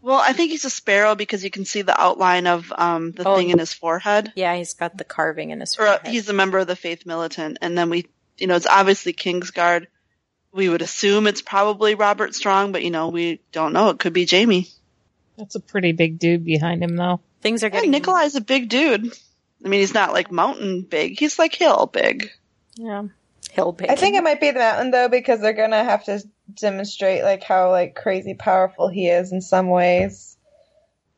[SPEAKER 4] Well, I think he's a sparrow because you can see the outline of um, the
[SPEAKER 2] Oh.
[SPEAKER 4] thing in his forehead.
[SPEAKER 2] Yeah, he's got the carving in his
[SPEAKER 4] Or uh,
[SPEAKER 2] forehead.
[SPEAKER 4] he's a member of the faith militant, and then we, you know, it's obviously Kingsguard. We would assume it's probably Robert Strong, but you know, we don't know. It could be Jamie.
[SPEAKER 3] That's a pretty big dude behind him, though.
[SPEAKER 2] Things are
[SPEAKER 4] Yeah,
[SPEAKER 2] getting
[SPEAKER 4] Nikolai's a big dude. I mean, he's not like mountain big. He's like hill big.
[SPEAKER 2] Yeah, hill
[SPEAKER 5] I think it might be the mountain though, because they're gonna have to demonstrate like how like crazy powerful he is in some ways.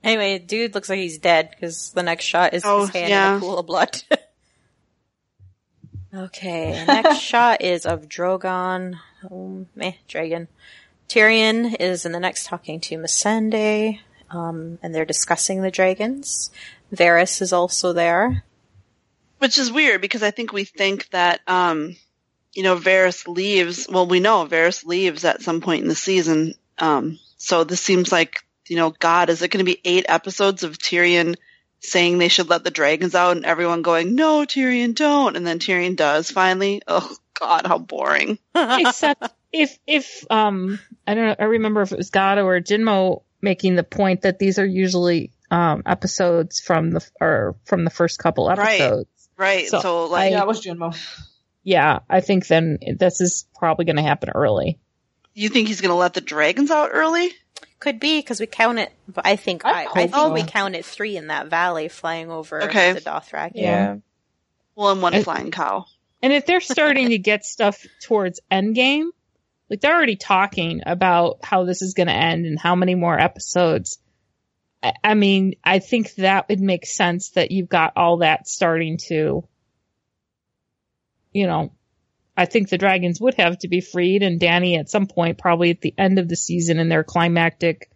[SPEAKER 2] Anyway, dude looks like he's dead because the next shot is
[SPEAKER 4] Oh,
[SPEAKER 2] his hand in
[SPEAKER 4] yeah.
[SPEAKER 2] a pool of blood. okay, next shot is of Drogon. Um, meh, dragon. Tyrion is in the next talking to Missandei, um, and they're discussing the dragons. Varys is also there.
[SPEAKER 4] Which is weird because I think we think that, um, you know, Varys leaves. Well, we know Varys leaves at some point in the season. Um, so this seems like, you know, God, is it going to be eight episodes of Tyrion saying they should let the dragons out and everyone going, no, Tyrion, don't. And then Tyrion does finally. Oh, God, how boring.
[SPEAKER 3] Except if if um I don't know. I remember if it was Gado or Jinmo making the point that these are usually um episodes from the or from the first couple
[SPEAKER 4] Right.
[SPEAKER 3] episodes.
[SPEAKER 4] Right.
[SPEAKER 3] So
[SPEAKER 4] So, like,
[SPEAKER 6] Yeah, I was Junmo.
[SPEAKER 3] Yeah, I think then this is probably going to happen early.
[SPEAKER 4] you think he's going to let the dragons out early?
[SPEAKER 2] Could be because we count it. But I think I,
[SPEAKER 6] I
[SPEAKER 2] I,
[SPEAKER 6] hope
[SPEAKER 2] think
[SPEAKER 6] so.
[SPEAKER 2] we counted three in that valley flying over
[SPEAKER 4] Okay.
[SPEAKER 2] the Dothraki.
[SPEAKER 3] Yeah.
[SPEAKER 4] Well, and one
[SPEAKER 3] I-
[SPEAKER 4] flying cow.
[SPEAKER 3] And if they're starting to get stuff towards Endgame, Like they're already talking about how this is going to end and how many more episodes. I, I mean, I think that would make sense that you've got all that starting to, you know, I think the dragons would have to be freed and Danny at some point, probably at the end of the season in their climactic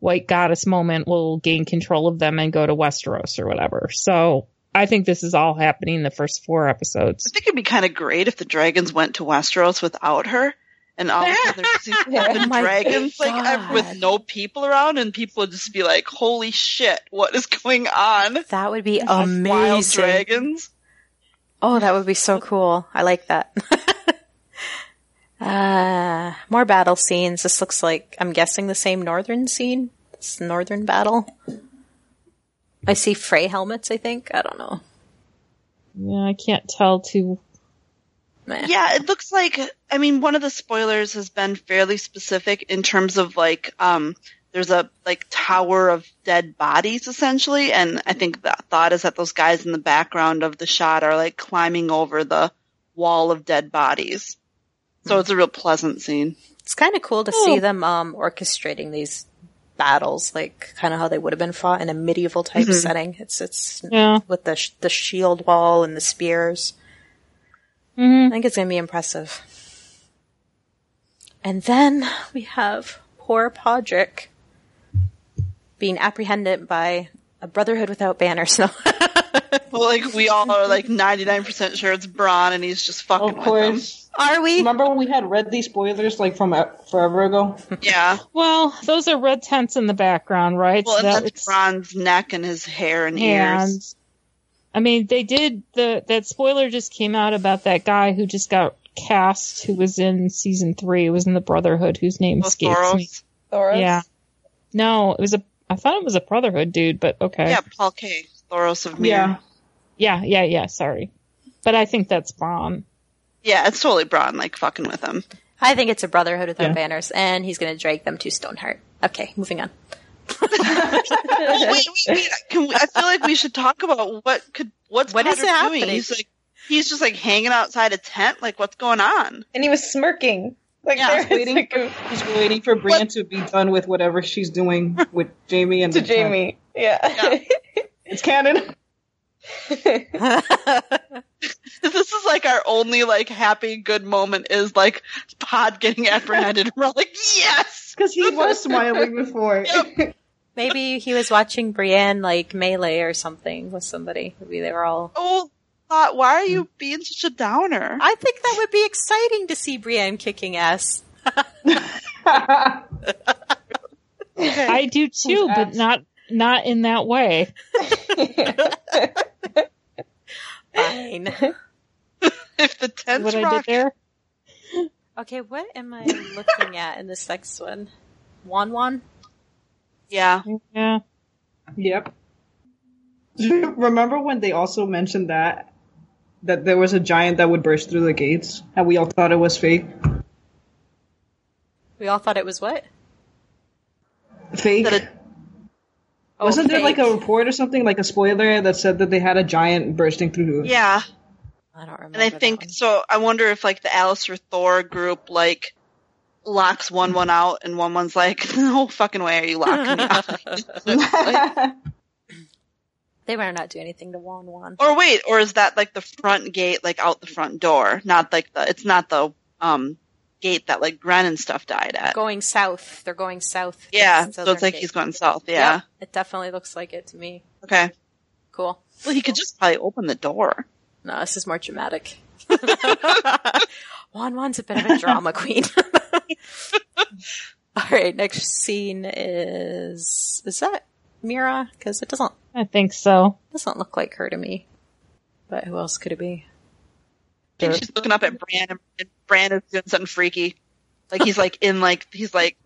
[SPEAKER 3] white goddess moment will gain control of them and go to Westeros or whatever. So I think this is all happening in the first four
[SPEAKER 4] I
[SPEAKER 3] episodes.
[SPEAKER 4] think it'd be kind of great if the dragons went to Westeros without her. And all of a sudden there's these
[SPEAKER 2] Oh
[SPEAKER 4] fucking
[SPEAKER 2] my
[SPEAKER 4] dragons, like
[SPEAKER 2] God.
[SPEAKER 4] ev- with no people around, and people would just be like, "Holy shit, what is going on?"
[SPEAKER 2] That would be
[SPEAKER 4] Wild
[SPEAKER 2] amazing.
[SPEAKER 4] dragons.
[SPEAKER 2] Oh, that would be so cool. I like that. uh, more battle scenes. This looks like, I'm guessing the same northern scene. This northern battle. I see Frey helmets, I think. I don't know.
[SPEAKER 3] Yeah, I can't tell too.
[SPEAKER 2] Meh.
[SPEAKER 4] Yeah, it looks like. I mean, one of the spoilers has been fairly specific in terms of like, um, there's a like tower of dead bodies essentially, and I think the thought is that those guys in the background of the shot are like climbing over the wall of dead bodies. So it's a real pleasant scene.
[SPEAKER 2] It's kind of cool to see them um, orchestrating these battles, like kind of how they would have been fought in a medieval type setting. It's it's
[SPEAKER 3] Yeah.
[SPEAKER 2] with the sh- the shield wall and the spears.
[SPEAKER 3] Mhm.
[SPEAKER 2] I think it's gonna be impressive. And then we have poor Podrick being apprehended by a Brotherhood without banners. No.
[SPEAKER 4] Well, like we all are like 99% sure it's Braun, and he's just fucking
[SPEAKER 6] Of course.
[SPEAKER 2] Are we?
[SPEAKER 6] Remember when we had read these spoilers like from uh, forever ago?
[SPEAKER 4] with him. Yeah.
[SPEAKER 3] Well, those are red tents in the background, right? So
[SPEAKER 4] Well, and
[SPEAKER 3] that
[SPEAKER 4] that's
[SPEAKER 3] looks-
[SPEAKER 4] Braun's neck and his hair and
[SPEAKER 3] and
[SPEAKER 4] ears.
[SPEAKER 3] I mean, they did the that spoiler just came out about that guy who just got cast, who was in season three, was in the Brotherhood, whose name
[SPEAKER 4] Both
[SPEAKER 3] escapes me.
[SPEAKER 4] Thoros.
[SPEAKER 5] Thoros.
[SPEAKER 3] Yeah. No, it was a. I thought it was a Brotherhood dude, but okay.
[SPEAKER 4] Yeah, Paul K. Thoros of Mir.
[SPEAKER 6] Yeah.
[SPEAKER 4] Yeah.
[SPEAKER 3] Yeah, yeah, yeah. Sorry, but I think that's Braun.
[SPEAKER 4] it's totally Braun, like fucking with him.
[SPEAKER 2] I think it's a Brotherhood without
[SPEAKER 6] Yeah.
[SPEAKER 2] banners, and he's gonna drag them to Stoneheart. Okay, moving on.
[SPEAKER 4] Oh, wait, wait, wait. Can we, I feel like we should talk about what could what's
[SPEAKER 2] What is
[SPEAKER 4] Podrick doing?
[SPEAKER 2] happening?
[SPEAKER 4] He's like he's just like hanging outside a tent. Like what's going on?
[SPEAKER 5] And he was smirking. Like
[SPEAKER 4] Yeah,
[SPEAKER 5] there was
[SPEAKER 6] waiting
[SPEAKER 5] like a,
[SPEAKER 6] He's waiting for Brienne to be done with whatever she's doing with Jamie and
[SPEAKER 5] to Jamie. Yeah.
[SPEAKER 6] It's canon.
[SPEAKER 4] This is like our only like happy good moment is like Pod getting apprehended. and We're like yes.
[SPEAKER 6] Because he was smiling before.
[SPEAKER 2] Maybe he was watching Brienne like melee or something with somebody. Maybe they were all.
[SPEAKER 4] Oh, thought why are you being such a downer?
[SPEAKER 2] I think that would be exciting to see Brienne kicking ass.
[SPEAKER 3] I do too,
[SPEAKER 6] Who's
[SPEAKER 3] but
[SPEAKER 6] asked?
[SPEAKER 3] not not in that way.
[SPEAKER 2] Fine.
[SPEAKER 4] if the tent's
[SPEAKER 3] what I did
[SPEAKER 4] rock-
[SPEAKER 3] there.
[SPEAKER 2] okay, what am I looking at in this next one? Wan Wan?
[SPEAKER 4] Yeah.
[SPEAKER 3] Yeah.
[SPEAKER 6] yep. Remember when they also mentioned that that there was a giant that would burst through the gates, and we all thought it was fake.
[SPEAKER 2] We all thought it was what?
[SPEAKER 6] Fake.
[SPEAKER 4] That it-
[SPEAKER 2] Oh,
[SPEAKER 6] Wasn't there like
[SPEAKER 2] fake.
[SPEAKER 6] a report or something, like a spoiler that said that they had a giant bursting through?
[SPEAKER 4] Yeah.
[SPEAKER 2] I don't remember.
[SPEAKER 4] And I
[SPEAKER 2] that
[SPEAKER 4] think
[SPEAKER 2] one.
[SPEAKER 4] so. I wonder if like the Alistair Thor group like locks one one out, and one one's like, "No fucking way, are you locking me out?"
[SPEAKER 2] they better not do anything to Wan Wan.
[SPEAKER 4] or wait, or is that like the front gate, like out the front door? Not like the. It's not the um gate that like Gren and stuff died at.
[SPEAKER 2] Going south. They're going south.
[SPEAKER 4] yeah,
[SPEAKER 2] That's
[SPEAKER 4] so
[SPEAKER 2] southern
[SPEAKER 4] it's like
[SPEAKER 2] gate.
[SPEAKER 4] he's going south. Yeah.
[SPEAKER 2] Yep, it definitely looks like it to me.
[SPEAKER 4] Okay.
[SPEAKER 2] Cool.
[SPEAKER 4] Well, he could just probably open the door.
[SPEAKER 2] No, this is more dramatic. Juan Juan's a bit of a drama queen. All right, next scene is is that Mira? Because it doesn't
[SPEAKER 3] I think so.
[SPEAKER 2] doesn't look like her to me. But who else could it be?
[SPEAKER 4] I think she's looking up at Bran, and Bran is doing something freaky. Like he's like in like he's like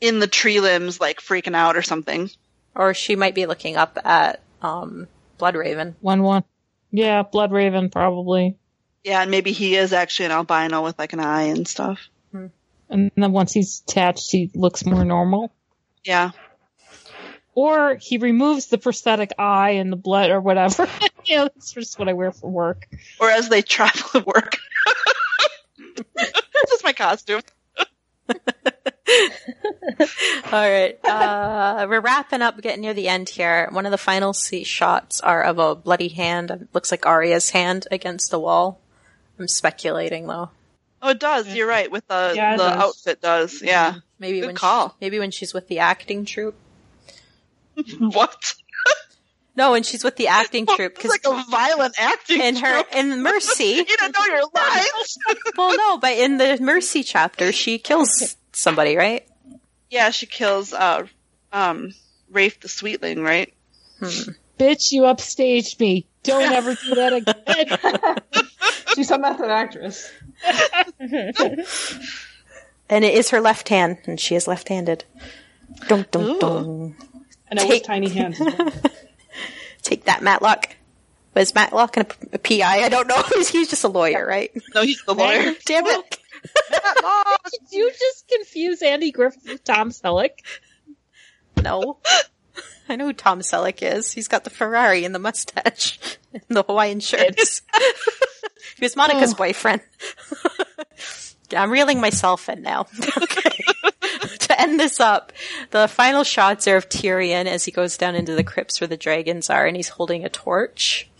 [SPEAKER 4] in the tree limbs, like freaking out or something.
[SPEAKER 2] Or she might be looking up at um, Blood Raven.
[SPEAKER 3] One one. Yeah, Blood Raven probably.
[SPEAKER 4] Yeah, and maybe he is actually an albino with like an eye and stuff.
[SPEAKER 3] And then once he's attached, he looks more normal.
[SPEAKER 4] Yeah.
[SPEAKER 3] Or he removes the prosthetic eye and the blood or whatever. you know, that's just what I wear for work.
[SPEAKER 4] Or as they travel to work. That's my costume.
[SPEAKER 2] All right. Uh, we're wrapping up, getting near the end here. One of the final se- shots are of a bloody hand. It looks like Arya's hand against the wall. I'm speculating though.
[SPEAKER 4] Oh, it does. You're right. With the
[SPEAKER 6] Yeah, it
[SPEAKER 4] the
[SPEAKER 6] does.
[SPEAKER 4] outfit does. Yeah.
[SPEAKER 2] Maybe
[SPEAKER 4] Good
[SPEAKER 2] when
[SPEAKER 4] call.
[SPEAKER 2] She, maybe when she's with the acting troupe.
[SPEAKER 6] Mm-hmm.
[SPEAKER 4] What?
[SPEAKER 2] No, when she's with the acting troupe
[SPEAKER 4] It's
[SPEAKER 2] because
[SPEAKER 4] like a violent acting.
[SPEAKER 2] in her
[SPEAKER 4] troupe.
[SPEAKER 2] in Mercy.
[SPEAKER 4] you don't know your lines.
[SPEAKER 2] well, no, but in the Mercy chapter, she kills somebody, right?
[SPEAKER 4] yeah, she kills uh, um, Rafe the Sweetling, right?
[SPEAKER 3] Bitch, you upstaged me. Don't ever do that again.
[SPEAKER 6] She's a method actress.
[SPEAKER 2] And it is her left hand, and she is left-handed. Dum dum dum.
[SPEAKER 6] And it was
[SPEAKER 2] Take-
[SPEAKER 6] tiny hands. as well.
[SPEAKER 2] Take that, Matlock. Was Matlock a, a PI? I don't know. He's just a lawyer, right?
[SPEAKER 4] No, he's the lawyer.
[SPEAKER 2] Damn it.
[SPEAKER 3] Did you just confuse Andy Griffith with Tom Selleck?
[SPEAKER 2] No. I know who Tom Selleck is. He's got the Ferrari and the mustache and the Hawaiian shirts. he was
[SPEAKER 6] Oh.
[SPEAKER 2] Monica's boyfriend. I'm reeling myself in now. okay. to end this up, the final shots are of Tyrion as he goes down into the crypts where the dragons are and he's holding a torch.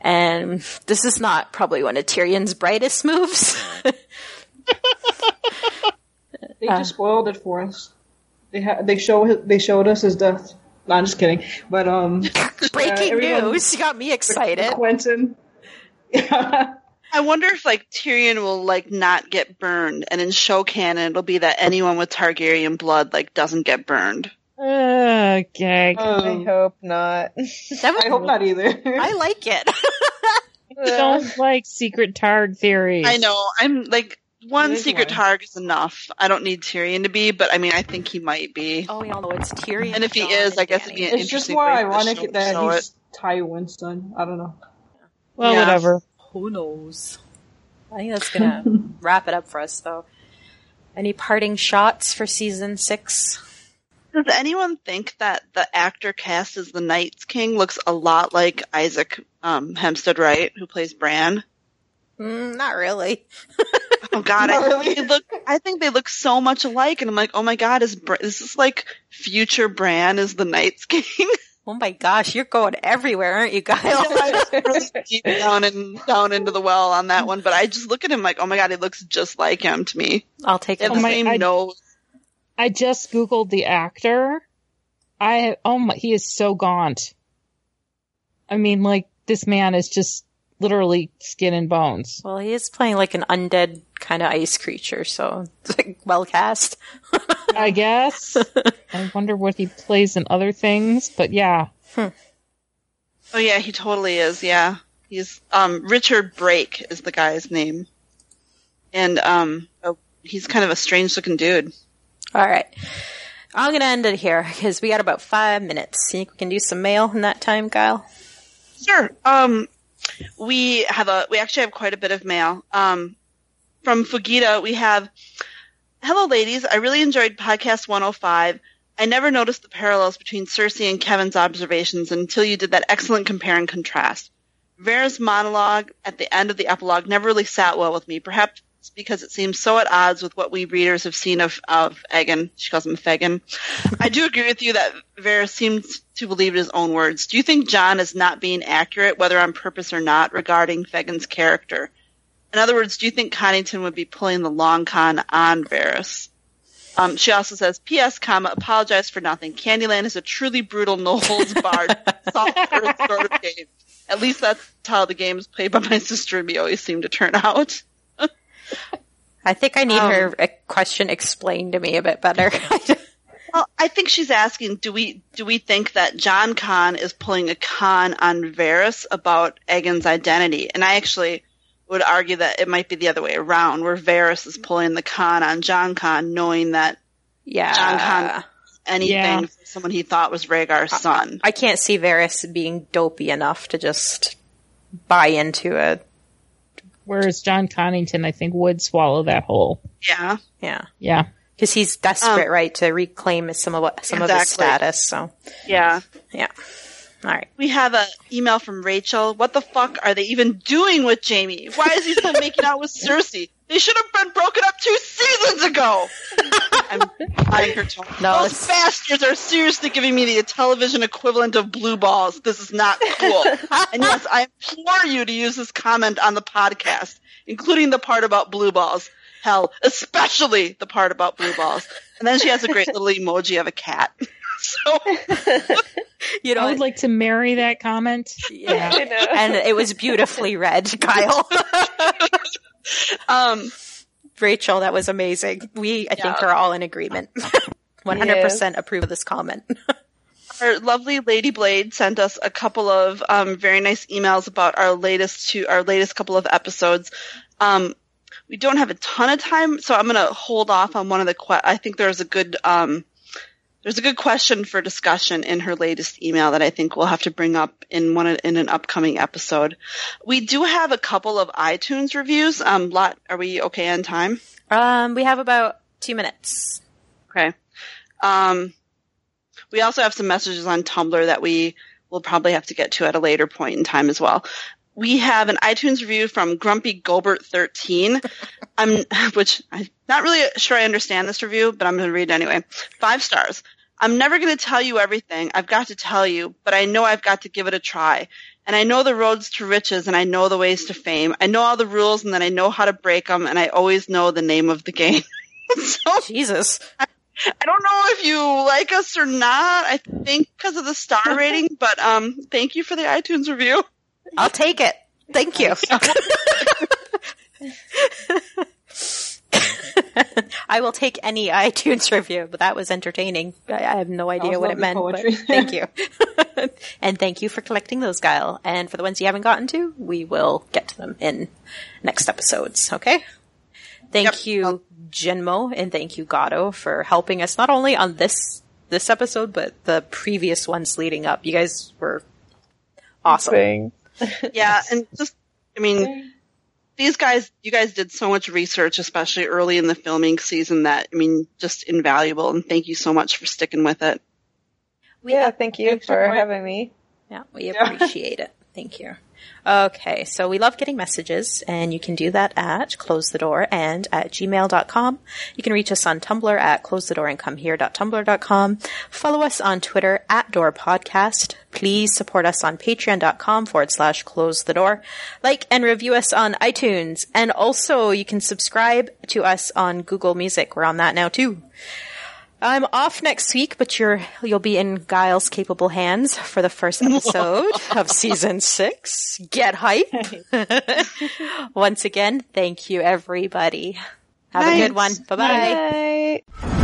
[SPEAKER 2] And this is not probably one of Tyrion's brightest moves.
[SPEAKER 6] They just spoiled it for us. They ha- they show his- they showed us his death. No, I'm just kidding. But um,
[SPEAKER 2] Breaking
[SPEAKER 6] everyone-
[SPEAKER 2] news. You got me excited.
[SPEAKER 6] Quentin.
[SPEAKER 4] I wonder if like Tyrion will like not get burned, and in show canon, it'll be that anyone with Targaryen blood like doesn't get burned.
[SPEAKER 3] Okay.
[SPEAKER 4] Uh,
[SPEAKER 5] I
[SPEAKER 6] Um,
[SPEAKER 5] hope not.
[SPEAKER 2] That would-
[SPEAKER 6] I hope not either.
[SPEAKER 2] I like it.
[SPEAKER 3] don't like secret Tard theory.
[SPEAKER 4] I know. I'm like one
[SPEAKER 6] There's
[SPEAKER 4] secret
[SPEAKER 6] one.
[SPEAKER 4] targ is enough. I don't need Tyrion to be, but I mean, I think he might be.
[SPEAKER 2] Oh, we all know it's Tyrion.
[SPEAKER 4] And if he
[SPEAKER 2] Jon,
[SPEAKER 4] is,
[SPEAKER 2] and
[SPEAKER 4] I guess
[SPEAKER 2] Dany.
[SPEAKER 4] it'd be an
[SPEAKER 6] it's just
[SPEAKER 4] interesting
[SPEAKER 6] more
[SPEAKER 4] way to
[SPEAKER 6] ironic
[SPEAKER 4] show-
[SPEAKER 6] that
[SPEAKER 4] show
[SPEAKER 6] he's Tywin's son. I don't know.
[SPEAKER 3] well,
[SPEAKER 4] Yeah.
[SPEAKER 3] whatever.
[SPEAKER 2] Who knows? I think that's gonna wrap it up for us, though. Any parting shots for season six?
[SPEAKER 4] Does anyone think that the actor cast as the Night's King looks a lot like Isaac um, Hempstead Wright, who plays Bran?
[SPEAKER 2] Mm, not really.
[SPEAKER 4] Oh God, I, they look. I think they look so much alike, and I'm like, oh my God, is Br- is this like future Bran is the Night's King
[SPEAKER 2] Oh my gosh, you're going everywhere, aren't you, Kyle?
[SPEAKER 4] Deep down and down into the well on that one? But I just look at him like, oh my God, he looks just like him to me.
[SPEAKER 2] I'll take
[SPEAKER 4] And
[SPEAKER 2] it.
[SPEAKER 4] the
[SPEAKER 3] my-
[SPEAKER 4] same
[SPEAKER 3] I-
[SPEAKER 4] nose.
[SPEAKER 3] I just googled the actor. I oh my, he is so gaunt. I mean, like this man is just literally skin and bones.
[SPEAKER 2] Well, he is playing like an undead kind of ice creature, so it's like well cast.
[SPEAKER 3] I guess. I wonder what he plays in other things, but yeah.
[SPEAKER 4] Oh yeah, he totally is. Yeah, he's um Richard Brake is the guy's name, and um oh, he's kind of a strange looking dude.
[SPEAKER 2] All right. I'm gonna end it here because we got about five minutes. Think we can do some mail in that time, Kyle?
[SPEAKER 4] Sure. Um, we have a we actually have quite a bit of mail. Um, from Fugita, we have, "Hello, ladies. I really enjoyed podcast 105. I never noticed the parallels between Cersei and Kevin's observations until you did that excellent compare and contrast. Vera's monologue at the end of the epilogue never really sat well with me. Perhaps." it's Because it seems so at odds with what we readers have seen of of Egan, she calls him Fegan, I do agree with you that Varys seems to believe his own words. Do you think John is not being accurate, whether on purpose or not, regarding Fegan's character? In other words, do you think Connington would be pulling the long con on Varys? Um, she also says, "P.S. comma apologize for nothing. Candyland is a truly brutal, no holds barred, soft earth sort of game. At least that's how the games played by my sister and me always seem to turn out."
[SPEAKER 2] I think I need
[SPEAKER 4] Um,
[SPEAKER 2] her uh, question explained to me a bit better.
[SPEAKER 4] Well, I think she's asking, do we do we think that John Con is pulling a con on Varys about Egan's identity? And I actually would argue that it might be the other way around, where Varys is pulling the con on John Con, knowing that
[SPEAKER 2] yeah.
[SPEAKER 4] John Con anything
[SPEAKER 3] Yeah.
[SPEAKER 4] from someone he thought was Rhaegar's son.
[SPEAKER 2] I can't see Varys being dopey enough to just buy into it.
[SPEAKER 3] Whereas John Connington, I think, would swallow that whole.
[SPEAKER 4] yeah.
[SPEAKER 2] Yeah.
[SPEAKER 3] Yeah.
[SPEAKER 2] Because he's desperate,
[SPEAKER 4] Um,
[SPEAKER 2] right, to reclaim some of what, some of his
[SPEAKER 4] Exactly.
[SPEAKER 2] status. So,
[SPEAKER 4] Yeah.
[SPEAKER 2] yeah. All right.
[SPEAKER 4] We have an email from Rachel. What the fuck are they even doing with Jamie? Why is he still making out with Cersei? They should have been broken up two seasons ago. I'm buying her tone.
[SPEAKER 2] No,
[SPEAKER 4] Those
[SPEAKER 2] it's-
[SPEAKER 4] bastards are seriously giving me the television equivalent of blue balls. This is not cool. and yes, I implore you to use this comment on the podcast, including the part about blue balls. Hell, especially the part about blue balls. And then she has a great little emoji of a cat. so
[SPEAKER 2] You know,
[SPEAKER 3] I would like to marry that comment.
[SPEAKER 2] yeah.
[SPEAKER 5] I know.
[SPEAKER 2] and it was beautifully read, Kyle.
[SPEAKER 4] um
[SPEAKER 2] Rachel, that was amazing. We, I think,
[SPEAKER 4] Yeah.
[SPEAKER 2] are all in agreement. 100% approve of this comment.
[SPEAKER 4] our lovely Lady Blade sent us a couple of um, very nice emails about our latest two, our latest couple of episodes. Um, we don't have a ton of time, so I'm going to hold off on one of the. Que- I think there's a good um, there's a good question for discussion in her latest email that I think we'll have to bring up in one of- in an upcoming episode. We do have a couple of iTunes reviews. Um, lot, are we okay on time?
[SPEAKER 2] Um, we have about two minutes.
[SPEAKER 4] Okay. Um, we also have some messages on Tumblr that we will probably have to get to at a later point in time as well. We have an iTunes review from Grumpy Gobert 13, um, which I'm not really sure I understand this review, but I'm going to read it anyway. Five stars. I'm never going to tell you everything I've got to tell you, but I know I've got to give it a try. And I know the roads to riches and I know the ways to fame. I know all the rules and then I know how to break them and I always know the name of the game. so
[SPEAKER 2] Jesus.
[SPEAKER 4] I don't know if you like us or not. I think because of the star rating, but um, thank you for the iTunes review.
[SPEAKER 2] I'll take it. Thank you. I will take any iTunes review, but that was entertaining. I, I have no idea
[SPEAKER 6] was
[SPEAKER 2] what it
[SPEAKER 6] lovely
[SPEAKER 2] meant,
[SPEAKER 6] poetry.
[SPEAKER 2] but thank you. and thank you for collecting those, Guile. And for the ones you haven't gotten to, we will get to them in next episodes, okay? Thank you, Genmo, and thank you, Gato, for helping us not only on this this episode, but the previous ones leading up. You guys were awesome.
[SPEAKER 5] Thing.
[SPEAKER 4] Yeah, and just I mean, these guys, you guys did so much research, especially early in the filming season. That I mean, just invaluable. And thank you so much for sticking with it.
[SPEAKER 2] We
[SPEAKER 5] Yeah, thank you
[SPEAKER 6] Extra
[SPEAKER 5] for
[SPEAKER 6] point.
[SPEAKER 5] having me.
[SPEAKER 2] Yeah, we
[SPEAKER 6] Yeah.
[SPEAKER 2] appreciate it. Thank you. Okay, so we love getting messages, and you can do that at close the door and at gmail.com. You can reach us on Tumblr at close the door and come here.tumblr.com. Follow us on Twitter at door podcast. Please support us on patreon.com forward slash close the door. Like and review us on iTunes. And also, you can subscribe to us on Google Music. We're on that now too. I'm off next week, but you're you'll be in Giles' capable hands for the first episode of season six. Get hype! Once again, thank you, everybody. Have a good one. Bye bye.
[SPEAKER 5] Bye.